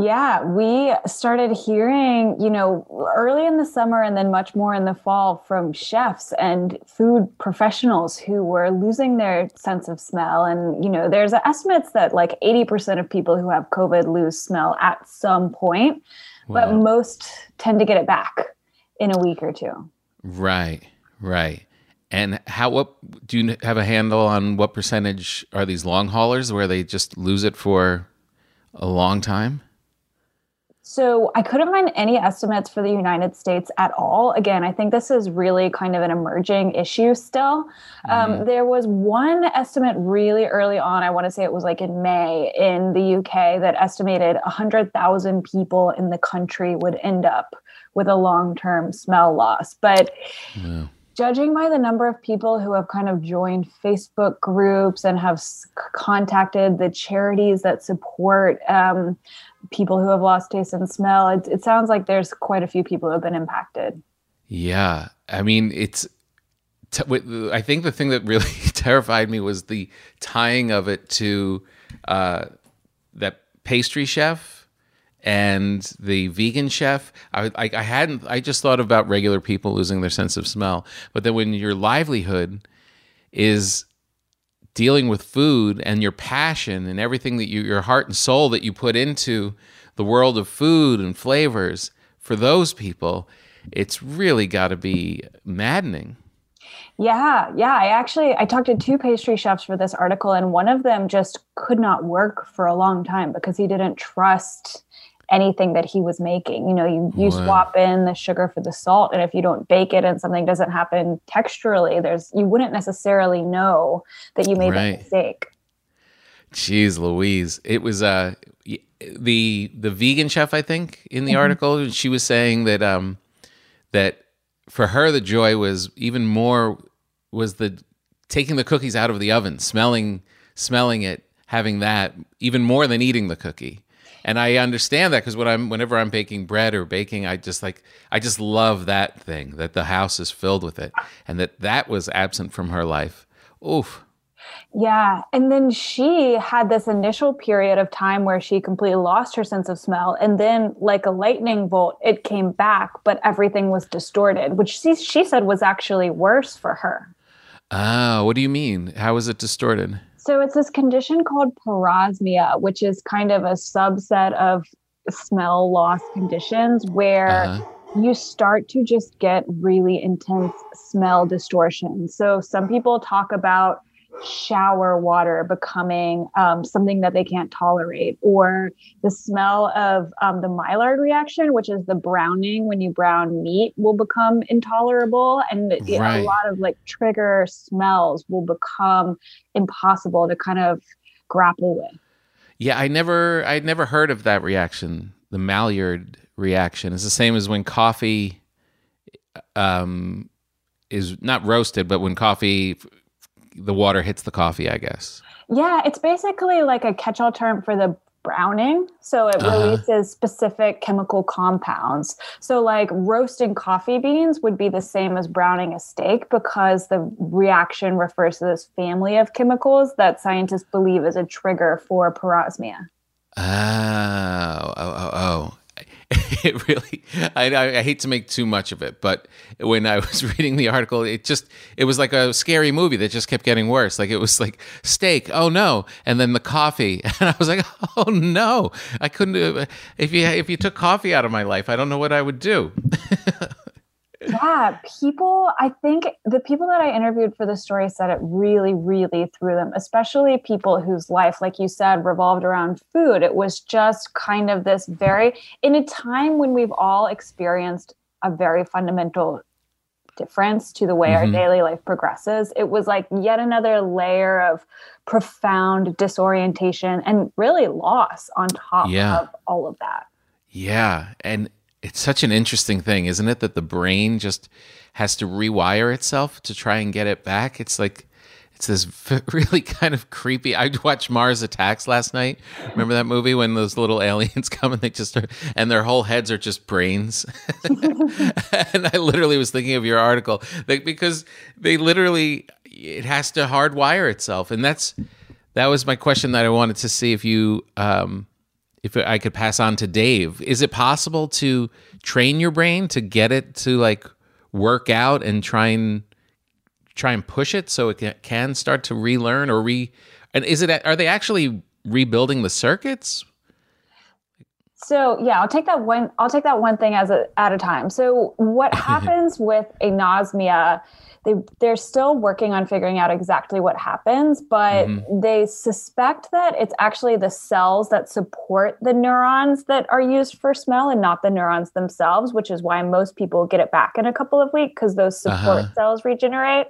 D: Yeah, we started hearing, you know, early in the summer and then much more in the fall from chefs and food professionals who were losing their sense of smell. And, you know, there's estimates that like 80% of people who have COVID lose smell at some point, but
B: Wow.
D: most tend to get it back in a week or two.
B: right, right. And how? What do you have a handle on? What percentage are these long haulers where they just lose it for a long time?
D: So I couldn't find any estimates for the United States at all. Again, I think this is really kind of an emerging issue still. Um, there was one estimate really early on, I want to say it was like in May in the UK, that estimated 100,000 people in the country would end up with a long term smell loss. But judging by the number of people who have kind of joined Facebook groups and have s- contacted the charities that support um, people who have lost taste and smell, it, it sounds like there's quite a few people who have been impacted.
B: Yeah, I mean, it's. T- wi- I think the thing that really [laughs] terrified me was the tying of it to uh, that pastry chef and the vegan chef. I, I I hadn't. I just thought about regular people losing their sense of smell, but then when your livelihood is dealing with food and your passion and everything that you your heart and soul that you put into the world of food and flavors for those people it's really got to be maddening
D: Yeah, yeah. I actually I talked to two pastry chefs for this article, and one of them just could not work for a long time because he didn't trust anything that he was making. You know, you you
B: Wow.
D: swap in the sugar for the salt, and if you don't bake it and something doesn't happen texturally, there's you wouldn't necessarily know that you made
B: Right.
D: that mistake.
B: jeez louise it was uh y- the the vegan chef i think in the article she was saying that um that for her the joy was even more was the taking the cookies out of the oven smelling smelling it having that even more than eating the cookie and i understand that because when i'm whenever i'm baking bread or baking i just like i just love that thing that the house is filled with it and that that was absent from her life oof
D: Yeah. And then she had this initial period of time where she completely lost her sense of smell. And then, like a lightning bolt, it came back, but everything was distorted, which she, she said was actually worse for her.
B: ah what do you mean how is it distorted
D: So it's this condition called parosmia, which is kind of a subset of smell loss conditions where
B: Uh-huh.
D: you start to just get really intense smell distortion. So some people talk about shower water becoming um, something that they can't tolerate, or the smell of um, the Maillard reaction, which is the browning when you brown meat, will become intolerable, and you know,
B: Right.
D: a lot of like trigger smells will become impossible to kind of grapple with.
B: Yeah, I never I'd never heard of that reaction. The Maillard reaction It's the same as when coffee um is not roasted, but when coffee the water hits the coffee, I guess.
D: Yeah, it's basically like a catch-all term for the browning. So it
B: Uh-huh.
D: releases specific chemical compounds. So like roasting coffee beans would be the same as browning a steak because the reaction refers to this family of chemicals that scientists believe is a trigger for parosmia.
B: Oh, oh, oh, [laughs] oh. It really, I, I I hate to make too much of it, but when I was [laughs] reading the article, it just, it was like a scary movie that just kept getting worse. Like it was like steak, oh no, and then the coffee, [laughs] and I was like, oh no, I couldn't. do- If you if you took coffee out of my life, I don't know what I would do.
D: Yeah, people, I think the people that I interviewed for the story said it really, really threw them, especially people whose life, like you said, revolved around food. It was just kind of this very, in a time when we've all experienced a very fundamental difference to the way
B: Mhm.
D: our daily life progresses, it was like yet another layer of profound disorientation and really loss on top
B: Yeah.
D: of all of that.
B: Yeah, and it's such an interesting thing, isn't it? That the brain just has to rewire itself to try and get it back. It's like it's this [laughs] v- really kind of creepy. I watched Mars Attacks last night. Remember that movie when those little aliens [laughs] come and they just are, and their whole heads are just brains. [laughs] and I literally was thinking of your article like, because they literally it has to hardwire itself, and that's that was my question that I wanted to see if you um, if I could pass on to Dave, is it possible to train your brain to get it to like work out and try and try and push it so it ca- can start to relearn or re and is it are they actually rebuilding the circuits?
D: So yeah, I'll take that one. I'll take that one thing as a, at a time. So what happens with anosmia? they they're still working on figuring out exactly what happens, but they suspect that it's actually the cells that support the neurons that are used for smell and not the neurons themselves, which is why most people get it back in a couple of weeks because those support
B: Uh-huh.
D: cells regenerate.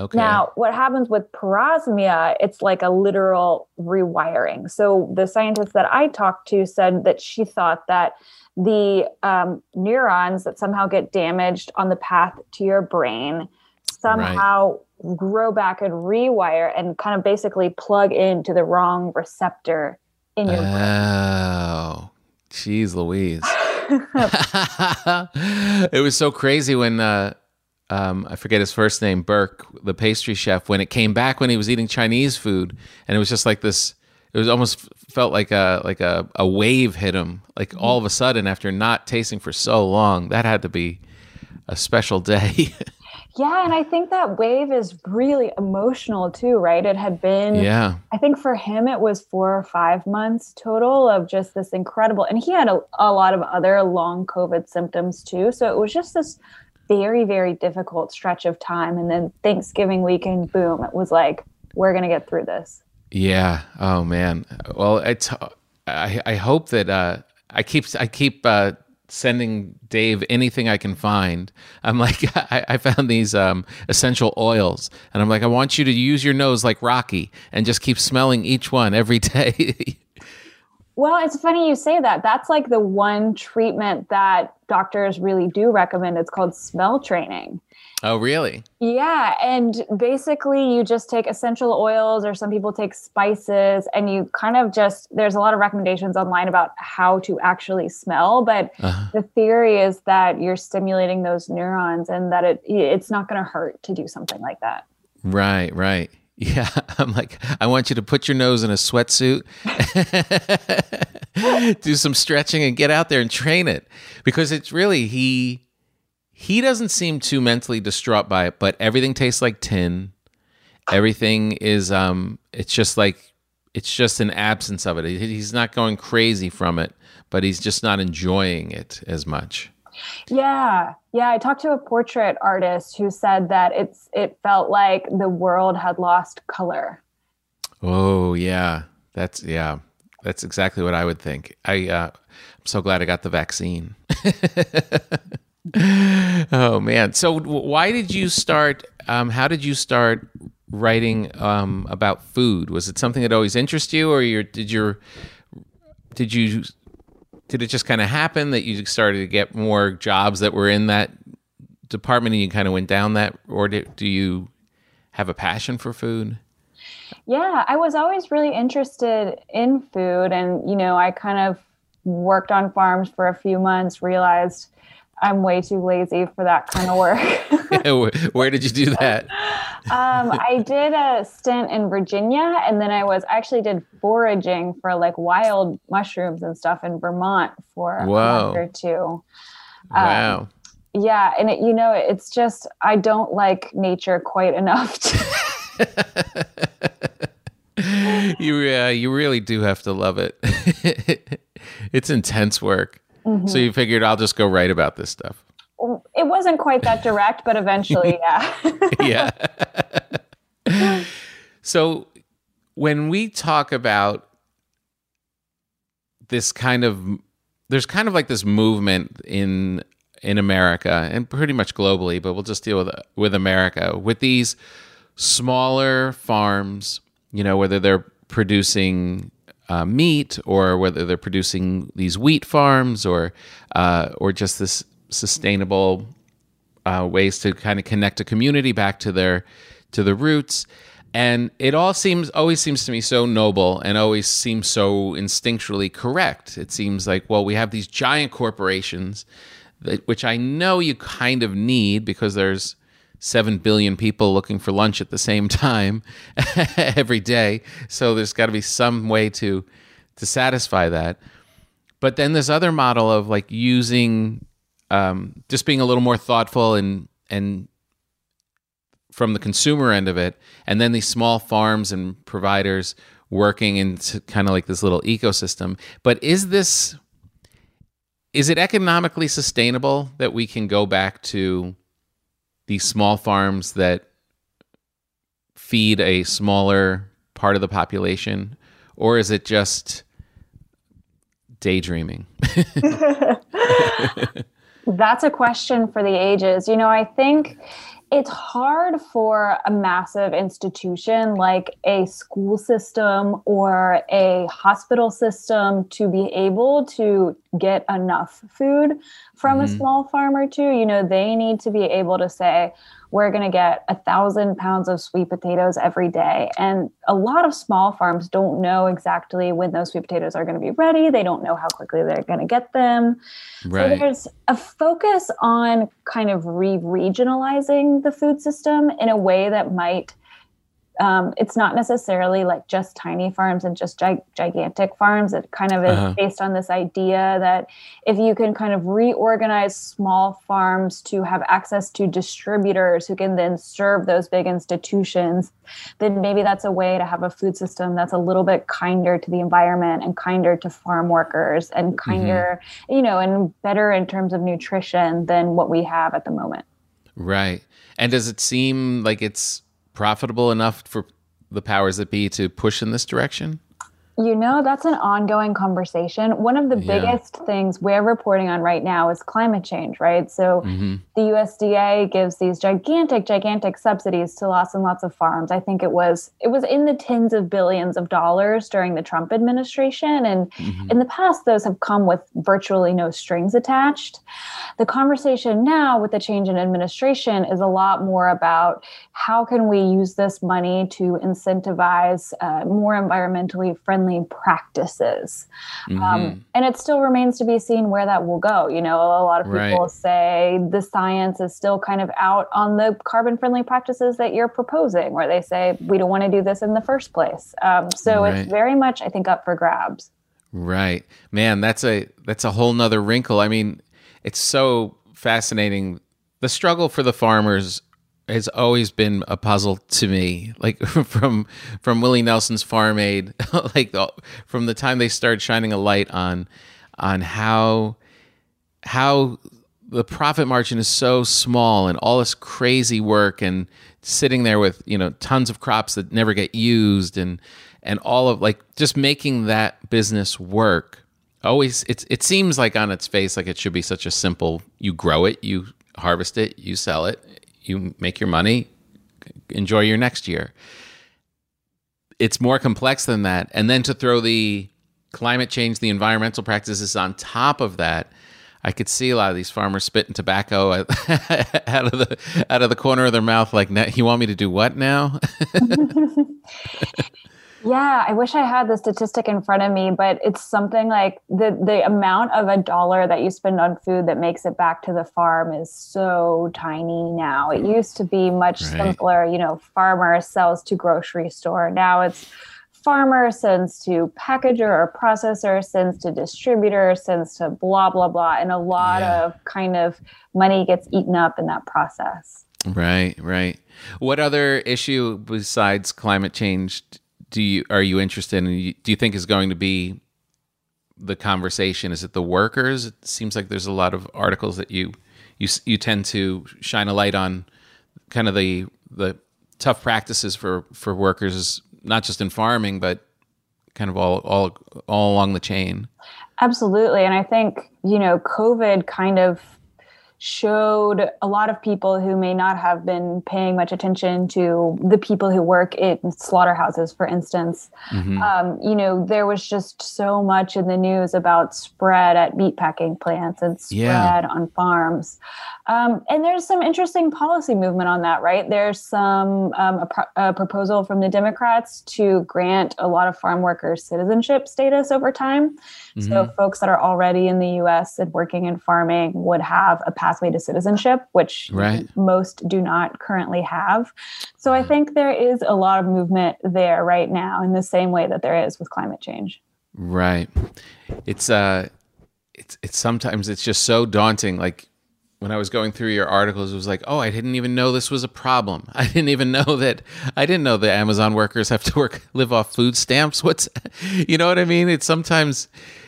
B: Okay.
D: Now, what happens with parosmia, it's like a literal rewiring. So, the scientist that I talked to said that she thought that the um, neurons that somehow get damaged on the path to your brain somehow grow back and rewire and kind of basically plug into the wrong receptor in
B: Uh.
D: your brain.
B: Oh, jeez, Louise. it was so crazy when uh, um, I forget his first name, Burke, the pastry chef, when it came back when he was eating Chinese food, and it was just like this. It was almost felt like a like a, a wave hit him, like all of a sudden after not tasting for so long. That had to be a special day. [laughs]
D: Yeah, and I think that wave is really emotional too, right? It had been
B: yeah.
D: I think for him, it was four or five months total of just this incredible, and he had a, a lot of other long COVID symptoms too. So it was just this very, very difficult stretch of time. And then Thanksgiving weekend, boom, it was like, we're going to get through this.
B: Yeah. Oh man. Well, it's. I I hope that uh, I keep I keep uh, sending Dave anything I can find. I'm like [laughs] I, I found these um, essential oils, and I'm like I want you to use your nose like Rocky and just keep smelling each one every [laughs] day.
D: Well, it's funny you say that. That's like the one treatment that doctors really do recommend. It's called smell training.
B: oh really?
D: Yeah, and basically you just take essential oils or some people take spices and you kind of just there's a lot of recommendations online about how to actually smell, but
B: Uh,
D: the theory is that you're stimulating those neurons and that it it's not going to hurt to do something like that.
B: right. Right. [laughs] Yeah. I'm like I want you to put your nose in a sweatsuit, [laughs] do some stretching, and get out there and train it because it's really he. he doesn't seem too mentally distraught by it, but everything tastes like tin. Everything is um it's just like it's just an absence of it. He- He's not going crazy from it, but he's just not enjoying it as much.
D: Yeah. Yeah, I talked to a portrait artist who said that it's it felt like the world had lost color.
B: Oh, yeah. That's yeah. That's exactly what I would think. I uh I'm so glad I got the vaccine. [laughs] oh man. So w- why did you start um how did you start writing um about food? Was it something that always interested you or your did your did you did it just kind of happen that you started to get more jobs that were in that department and you kind of went down that or did, do you have a passion for food?
D: Yeah, I was always really interested in food. And, you know, I kind of worked on farms for a few months, realized I'm way too lazy for that kind of work. [laughs]
B: [laughs] where, where did you do that?
D: um, I did a stint in Virginia, and then I was I actually did foraging for like wild mushrooms and stuff in Vermont for a
B: Whoa.
D: month or two.
B: Wow.
D: Yeah, and it, you know, it's just I don't like nature quite [laughs] enough to
B: you uh, you really do have to love it. [laughs] it's intense work. So you figured I'll just go write about this stuff.
D: it wasn't quite that direct, but eventually, yeah.
B: [laughs] yeah. so when we talk about this kind of there's kind of like this movement in in America and pretty much globally, but we'll just deal with with America with these smaller farms, you know, whether they're producing uh, meat or whether they're producing these wheat farms or uh, or just this sustainable uh, ways to kind of connect a community back to their to the roots and it all seems always seems to me so noble and always seems so instinctually correct it seems like well we have these giant corporations that, which i know you kind of need because there's 7 billion people looking for lunch at the same [laughs] time every day so there's got to be some way to to satisfy that but then this other model of like using um, just being a little more thoughtful and and from the consumer end of it, and then these small farms and providers working into kind of like this little ecosystem. But is this is it economically sustainable that we can go back to these small farms that feed a smaller part of the population, or is it just daydreaming?
D: That's a question for the ages. You know, I think it's hard for a massive institution like a school system or a hospital system to be able to get enough food from a small farm or two. You know, they need to be able to say, we're going to get a thousand pounds of sweet potatoes every day. And a lot of small farms don't know exactly when those sweet potatoes are going to be ready. They don't know how quickly they're going to get them. So
B: right.
D: there's a focus on kind of re regionalizing the food system in a way that might. Um, it's not necessarily like just tiny farms and just gi- gigantic farms. It kind of is
B: Uh-huh.
D: based on this idea that if you can kind of reorganize small farms to have access to distributors who can then serve those big institutions, then maybe that's a way to have a food system that's a little bit kinder to the environment and kinder to farm workers and kinder, you know, and better in terms of nutrition than what we have at the moment.
B: Right. And does it seem like it's profitable enough for the powers that be to push in this direction?
D: You know, that's an ongoing conversation. One of the
B: Yeah.
D: biggest things we're reporting on right now is climate change, right?
B: Mm.
D: So the USDA gives these gigantic, gigantic subsidies to lots and lots of farms. I think it was it was in the tens of billions of dollars during the Trump administration. And in the past, those have come with virtually no strings attached. The conversation now with the change in administration is a lot more about how can we use this money to incentivize uh, more environmentally friendly practices.
B: Mm-hmm.
D: Um, and it still remains to be seen where that will go. You know, a lot of people
B: Right.
D: say the science is still kind of out on the carbon friendly practices that you're proposing, or they say we don't want to do this in the first place. Um, so
B: Right.
D: it's very much, I think, up for grabs.
B: Right. Man, that's a that's a whole nother wrinkle. I mean, it's so fascinating. The struggle for the farmers has always been a puzzle to me. Like [laughs] from from Willie Nelson's Farm Aid, [laughs] like the, from the time they started shining a light on on how how the profit margin is so small and all this crazy work and sitting there with you know tons of crops that never get used and and all of like just making that business work always it's it seems like on its face like it should be such a simple you grow it you harvest it you sell it you make your money enjoy your next year it's more complex than that and then to throw the climate change the environmental practices on top of that i could see a lot of these farmers spitting tobacco [laughs] out of the out of the corner of their mouth like "Now- you want me to do what now
D: Yeah, I wish I had the statistic in front of me, but it's something like the the amount of a dollar that you spend on food that makes it back to the farm is so tiny now. It used to be much
B: Right.
D: simpler, you know, farmer sells to grocery store. Now it's farmer sends to packager or processor sends to distributor sends to blah blah blah and a lot
B: Yeah.
D: of kind of money gets eaten up in that process.
B: right right what other issue besides climate change do you are you interested in do you think is going to be the conversation is it the workers it seems like there's a lot of articles that you you s- you tend to shine a light on kind of the the tough practices for for workers not just in farming but kind of all all all along the chain
D: Absolutely. And I think, you know, COVID kind of showed a lot of people who may not have been paying much attention to the people who work in slaughterhouses, for instance. Um, you know, there was just so much in the news about spread at meat packing plants and spread
B: Yeah.
D: on farms. Um, and there's some interesting policy movement on that, right? There's some um, a, pro- a proposal from the Democrats to grant a lot of farm workers citizenship status over time. So folks that are already in the U.S. and working in farming would have a pathway to citizenship, which
B: Right.
D: most do not currently have. So I think there is a lot of movement there right now, in the same way that there is with climate change.
B: Right. It's uh it's it's sometimes it's just so daunting like when I was going through your articles, it was like, oh, I didn't even know this was a problem. [laughs] I didn't even know that. I didn't know that Amazon workers have to work [laughs] live off food stamps. [laughs] What's, you know what I mean? It's sometimes,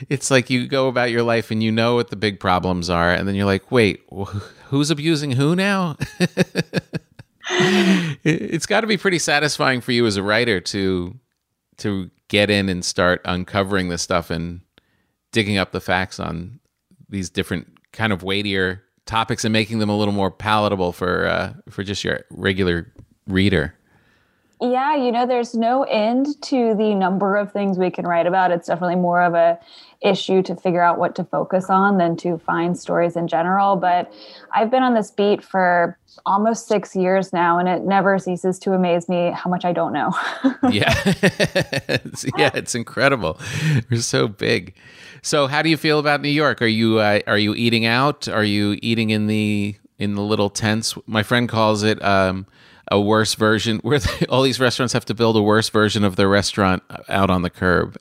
B: it's like you go about your life and you know what the big problems are, and then you're like, wait, wh- who's abusing who now? [laughs] It- it's got to be pretty satisfying for you as a writer to to get in and start uncovering this stuff and digging up the facts on these different kind of weightier topics and making them a little more palatable for uh, for just your regular reader.
D: Yeah, you know, there's no end to the number of things we can write about. It's definitely more of a issue to figure out what to focus on than to find stories in general. But I've been on this beat for almost six years now, and it never ceases to amaze me how much I don't know. [laughs]
B: Yeah, [laughs] It's- yeah, it's incredible. We're so big. So, how do you feel about New York? Are you uh, are you eating out? Are you eating in the in the little tents? My friend calls it um, a worse version, where [laughs] they, all these restaurants have to build a worse version of their restaurant out on the curb.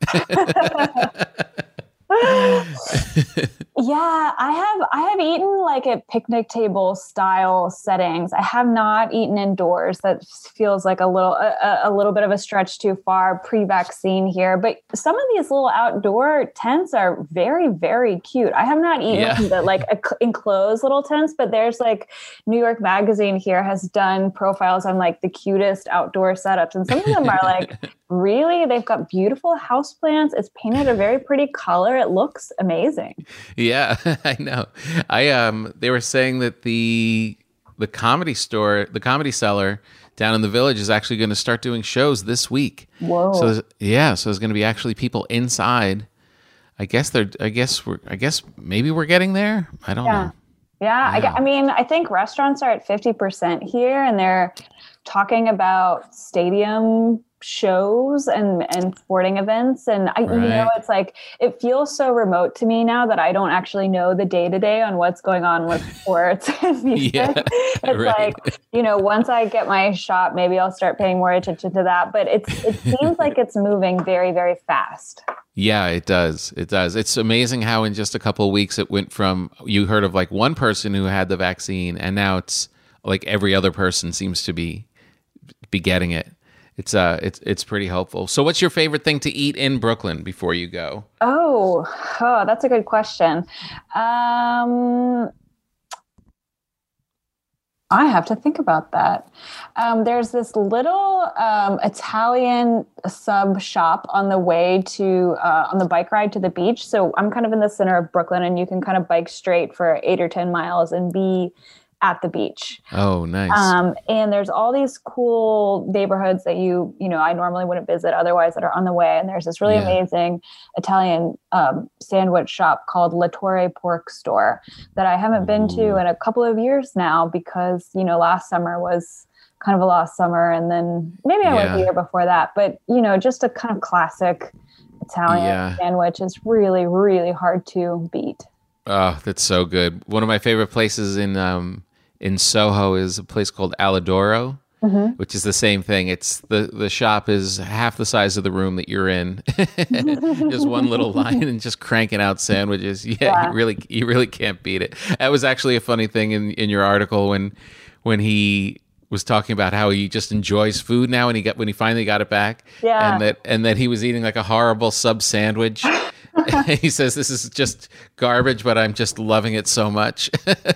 D: Yeah, I have I have eaten like at picnic table style settings. I have not eaten indoors. That feels like a little a, a- a little bit of a stretch too far pre-vaccine here. But some of these little outdoor tents are very very cute. I have not eaten
B: Yeah.
D: the like a, enclosed little tents, but there's like New York Magazine here has done profiles on like the cutest outdoor setups, and some of them are like really they've got beautiful house plants. It's painted a very pretty color. It looks amazing.
B: Yeah, [laughs] I know. I um they were saying that the the comedy store, the comedy cellar down in the village is actually going to start doing shows this week.
D: Whoa.
B: So there's- yeah, so there's going to be actually people inside. I guess they're I guess we're I guess maybe we're getting there. I don't know.
D: Yeah, I, gue-
B: Yeah.
D: I mean, I think restaurants are at 50% here and they're talking about stadium shows and and sporting events and I you know
B: Right.
D: it's like it feels so remote to me now that I don't actually know the day to day on what's going
B: [laughs]
D: on with sports and music.
B: Yeah,
D: it's
B: right.
D: like, you know, once I get my shop maybe I'll start paying more attention to that, but it's it seems like it's moving very very fast.
B: Yeah, it does. It does. It's amazing how in just a couple of weeks it went from you heard of like one person who had the vaccine and now it's like every other person seems to be be getting it. It's uh it's it's pretty helpful. So what's your favorite thing to eat in Brooklyn before you go?
D: Oh, oh, that's a good question. Um, I have to think about that. Um, there's this little um, Italian sub shop on the way to uh, on the bike ride to the beach. So I'm kind of in the center of Brooklyn, and you can kind of bike straight for eight or ten miles and be at the beach.
B: Oh, nice.
D: Um, and there's all these cool neighborhoods that you, you know, I normally wouldn't visit otherwise that are on the way. And there's this really
B: Yeah.
D: amazing Italian um, sandwich shop called La Torre Pork Store that I haven't been to
B: Ooh.
D: in a couple of years now because, you know, last summer was kind of a lost summer. And then maybe I went the
B: Yeah.
D: year before that, but, you know, just a kind of classic Italian
B: Yeah.
D: sandwich is really, really hard to beat.
B: oh, that's so good. One of my favorite places in um in Soho is a place called Alidoro.
D: Mhm.
B: which is the same thing. It's the the shop is half the size of the room that you're in. [laughs] just one little
D: [laughs]
B: line and just cranking out sandwiches. [laughs] Yeah,
D: Yeah.
B: you really you really can't beat it. That was actually a funny thing in in your article when when he was talking about how he just enjoys food now and he got when he finally got it back
D: Yeah.
B: and that and that he was eating like a horrible sub
D: [laughs]
B: sandwich he says this is just garbage but i'm just loving it so much [laughs]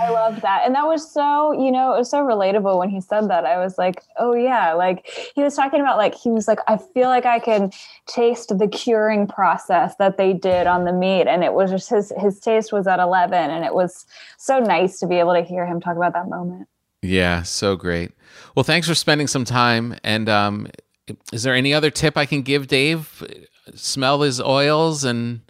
D: I love that. And that was so, you know, it was so relatable when he said that. I was like, oh yeah. Like he was talking about like he was like, I feel like I can taste the curing process that they did on the meat. And it was just his his taste was at eleven and it was so nice to be able to hear him talk about that moment.
B: Yeah, so great. Well, thanks for spending some time. And um, is there any other tip I can give, Dave? Smell his oils, and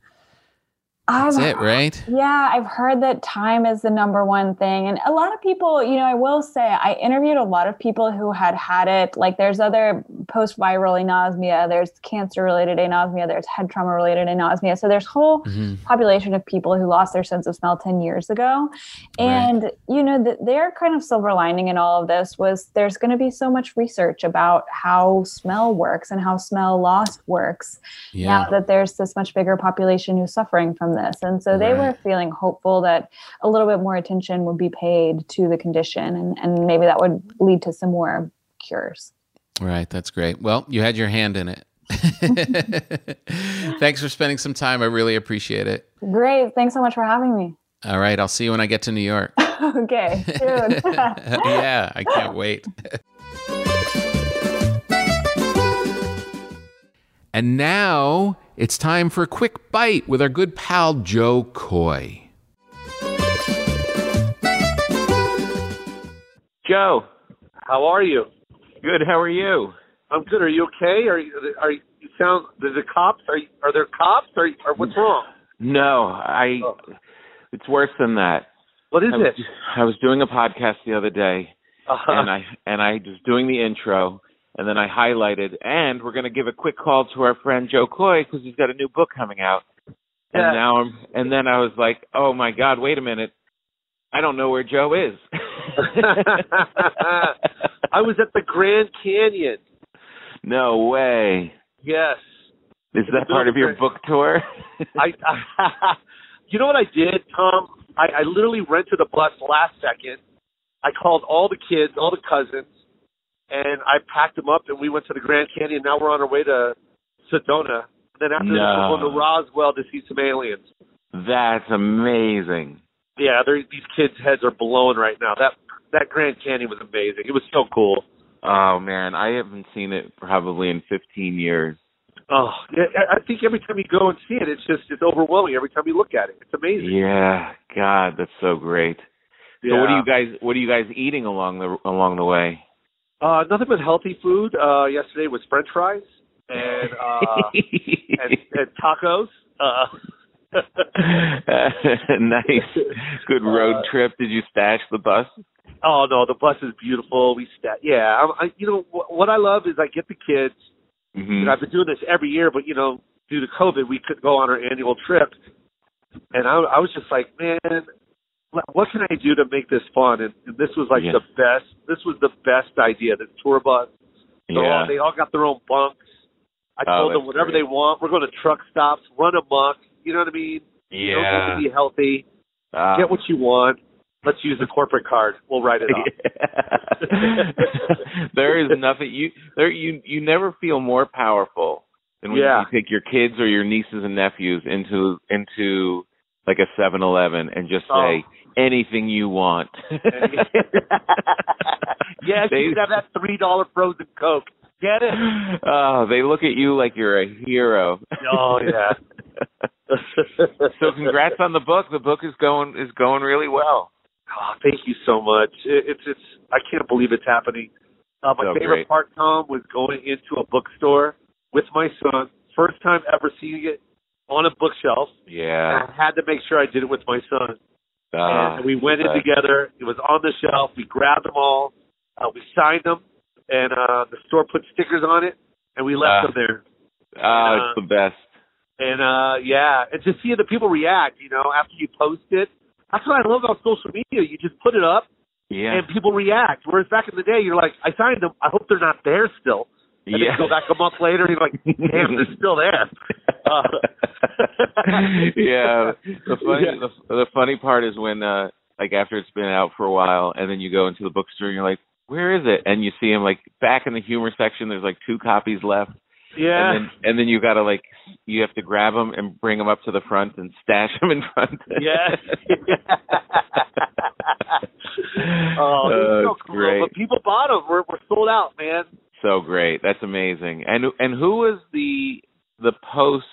B: that's
D: I've-
B: it, right?
D: Yeah, I've heard that time is the number one thing. And a lot of people, you know, I will say, I interviewed a lot of people who had had it. Like, there's other post viral anosmia, there's cancer related anosmia, there's head trauma related anosmia. So, there's whole
B: Mhm.
D: population of people who lost their sense of smell 10 years ago. And, you know, the, their kind of silver lining in all of this was there's going to be so much research about how smell works and how smell loss works
B: Yeah.
D: now that there's this much bigger population who's suffering from from this. And so they were feeling hopeful that a little bit more attention would be paid to the condition and, and maybe that would lead to some more cures.
B: Right, that's great. Well, you had your hand in it. [laughs] Thanks for spending some time. I really appreciate it.
D: Great. Thanks so much for having me.
B: All right, I'll see you when I get to New York.
D: [laughs] Okay, soon.
B: [laughs]
D: [laughs]
B: yeah, I can't wait. [laughs] and now it's time for a quick bite with our good pal Joe Coy.
E: Joe, how are you?
A: Good. How are you?
E: I'm good. Are you okay? Are you, are you you sound? Are the cops? Are you, are there cops? Are you, or what's wrong?
A: No, I.
E: Oh.
A: It's worse than that.
E: What is
A: I was,
E: it?
A: I was doing a podcast the other day,
E: Uh-huh. [laughs]
A: and I and I just doing the intro, and then I highlighted, and we're gonna give a quick call to our friend Joe Coy because he's got a new book coming out. And
E: Yeah.
A: now I'm, and then I was like, oh my God, wait a minute, I don't know where Joe is. [laughs]
E: I was at the Grand Canyon.
A: no way.
E: Yes,
A: Is that part of your book tour?
E: I. [laughs] I you know what I did, Tom? I, I literally rented a bus last second. I called all the kids, all the cousins, and I packed them up, and we went to the Grand Canyon. Now we're on our way to Sedona. Then after this,
A: No.
E: we're going to Roswell to see some aliens.
A: [laughs] That's amazing.
E: yeah, they're, these kids' heads are blown right now. That that Grand Canyon was amazing. It was so cool.
A: Oh man, I haven't seen it probably in 15 years.
E: Oh, I, I think every time you go and see it, it's just it's overwhelming. Every time you look at it, it's amazing.
A: Yeah, God, that's so great. So what are
E: Yeah.
A: you guys what are you guys eating along the along the way?
E: Uh, nothing but healthy food. Uh, yesterday was French fries and
A: [laughs]
E: uh, and, and tacos. Uh, [laughs]
A: [laughs] nice. Good road
E: Uh,
A: trip. Did you stash the bus?
E: oh no, the bus is beautiful. We sta Yeah, I, I, you know wh- what I love is I get the kids
A: hmm
E: And I've been doing this every year, but you know, due to COVID, we couldn't go on our annual trip. And I, I was just like, man, wh- what can I do to make this fun? And, and this was like
A: Yeah.
E: the best. This was the best idea. This tour bus. So all,
A: Yeah.
E: they all got their own bunks. I
A: Oh,
E: told them
A: that's
E: whatever
A: great.
E: they want. We're going to truck stops, run amok. You know what I mean? You don't have
A: Yeah.
E: to be healthy.
A: Ah.
E: Get what you want. Let's use the corporate card. We'll write it
A: [laughs]
E: off.
A: there is nothing you there you you never feel more powerful than when
E: Yeah.
A: you take your kids or your nieces and nephews into into like a 7-Eleven and just
E: Oh.
A: say anything you want. [laughs]
E: yes,
A: They-
E: you can have that three dollar frozen [laughs] coke. Get it?
A: Oh, they look at you like you're a hero.
E: Oh yeah.
A: [laughs] so congrats on the book. The book is going is going really well.
E: Oh, thank you so much. It, it's it's I can't believe it's happening. Uh, my
A: So
E: favorite
A: great.
E: part, Tom, was going into a bookstore with my son. First time ever seeing it on a bookshelf.
A: Yeah.
E: And I had to make sure I did it with my son.
A: Ah,
E: and we went in
A: but-
E: together. It was on the shelf. We grabbed them all. Uh, we signed them, and uh, the store put stickers on it, and we left
A: Ah.
E: them there.
A: Ah,
E: uh,
A: it's the best.
E: And uh yeah, and to see the people react, you know, after you post it. That's what I love about social media. You just put it up
A: Yeah.
E: and [laughs] people react. Whereas back in the day you're like, I signed them, I hope they're not there still. And
A: yeah.
E: then you go back a month later and you're like, damn, they're still
A: [laughs]
E: there. Uh,
A: [laughs]
E: [laughs]
A: yeah. The funny
E: Yeah.
A: The, the funny part is when uh like after it's been out for a while and then you go into the bookstore and you're like, Where is it? And you see him like back in the humor section there's like two copies left.
E: yeah.
A: And then and then you gotta like you have to grab them and bring them up to the front and stash them in front. [laughs]
E: Yeah. oh,
A: [laughs] Oh,
E: they're so
A: it's
E: cool.
A: great.
E: But people bought them. We're, we're sold out, man.
A: So great. That's amazing. And and who was the the post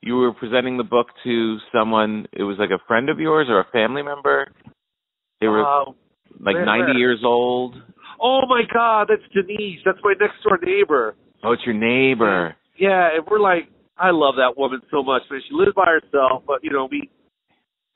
A: you were presenting the book to someone it was like a friend of yours or a family member? They were
E: Uh,
A: like
E: where-
A: 90
E: where?
A: years old.
E: oh my God, that's Denise. That's my next door neighbor.
A: Oh, it's your neighbor.
E: Yeah, and we're like, I love that woman so much, man. She lives by herself, but you know, we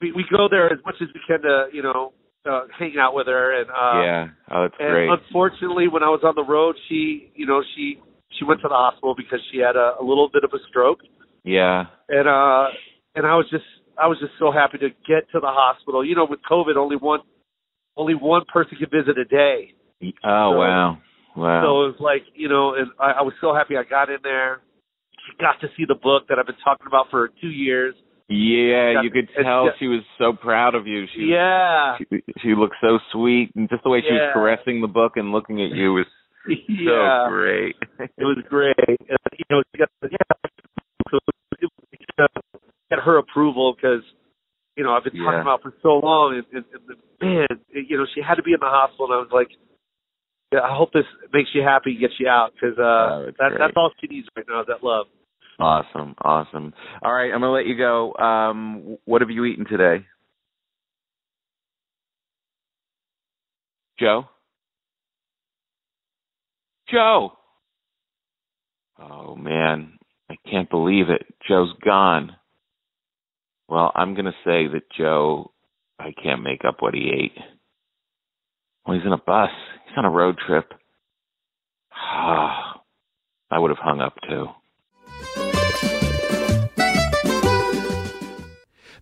E: we, we go there as much as we can to, you know, uh, hang out with her. And uh,
A: yeah. Oh, that's
E: and
A: great.
E: unfortunately, when I was on the road, she, you know, she she went to the hospital because she had a, a little bit of a stroke,
A: yeah.
E: and uh, and I was just I was just so happy to get to the hospital. You know, with COVID, only one only one person could visit a day.
A: Oh,
E: so-
A: wow. Wow.
E: So it was like, you know, and I, I was so happy I got in there. She got to see the book that I've been talking about for two years.
A: Yeah,
E: Got-
A: you could
E: it's-
A: tell
E: yeah.
A: she was so proud of you. She
E: Yeah.
A: [laughs] she, she looked so sweet, and just the way she was
E: Yeah.
A: caressing the book and looking at you was so
E: yeah.
A: great. [laughs]
E: It was great. And, you know, she got, yeah, so it was- it was, uh, get her approval because, you know, I've been
A: Yeah.
E: talking about for so long. And, and, and the- man, it- you know, she had to be in the hospital. And I was like, yeah, I hope this makes you happy, gets you out because uh,
A: Oh, it's
E: that,
A: great.
E: that's all she needs right now is that love.
A: Awesome, awesome. All right, I'm gonna let you go. Um, what have you eaten today, Joe? Joe. Oh man, I can't believe it. Joe's gone. Well, I'm gonna say that Joe. I can't make up what he ate. Well, he's in a bus. He's on a road trip. [sighs] Ah, I would have hung up too.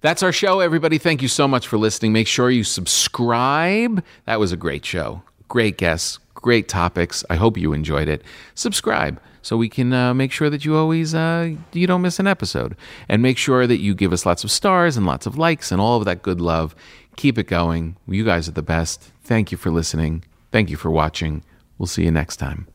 B: That's our show, everybody. Thank you so much for listening. Make sure you subscribe. That was a great show. Great guests, great topics. I hope you enjoyed it. Subscribe so we can uh, make sure that you always uh, you don't miss an episode, and make sure that you give us lots of stars and lots of likes and all of that good love. Keep it going. You guys are the best. Thank you for listening. Thank you for watching. We'll see you next time.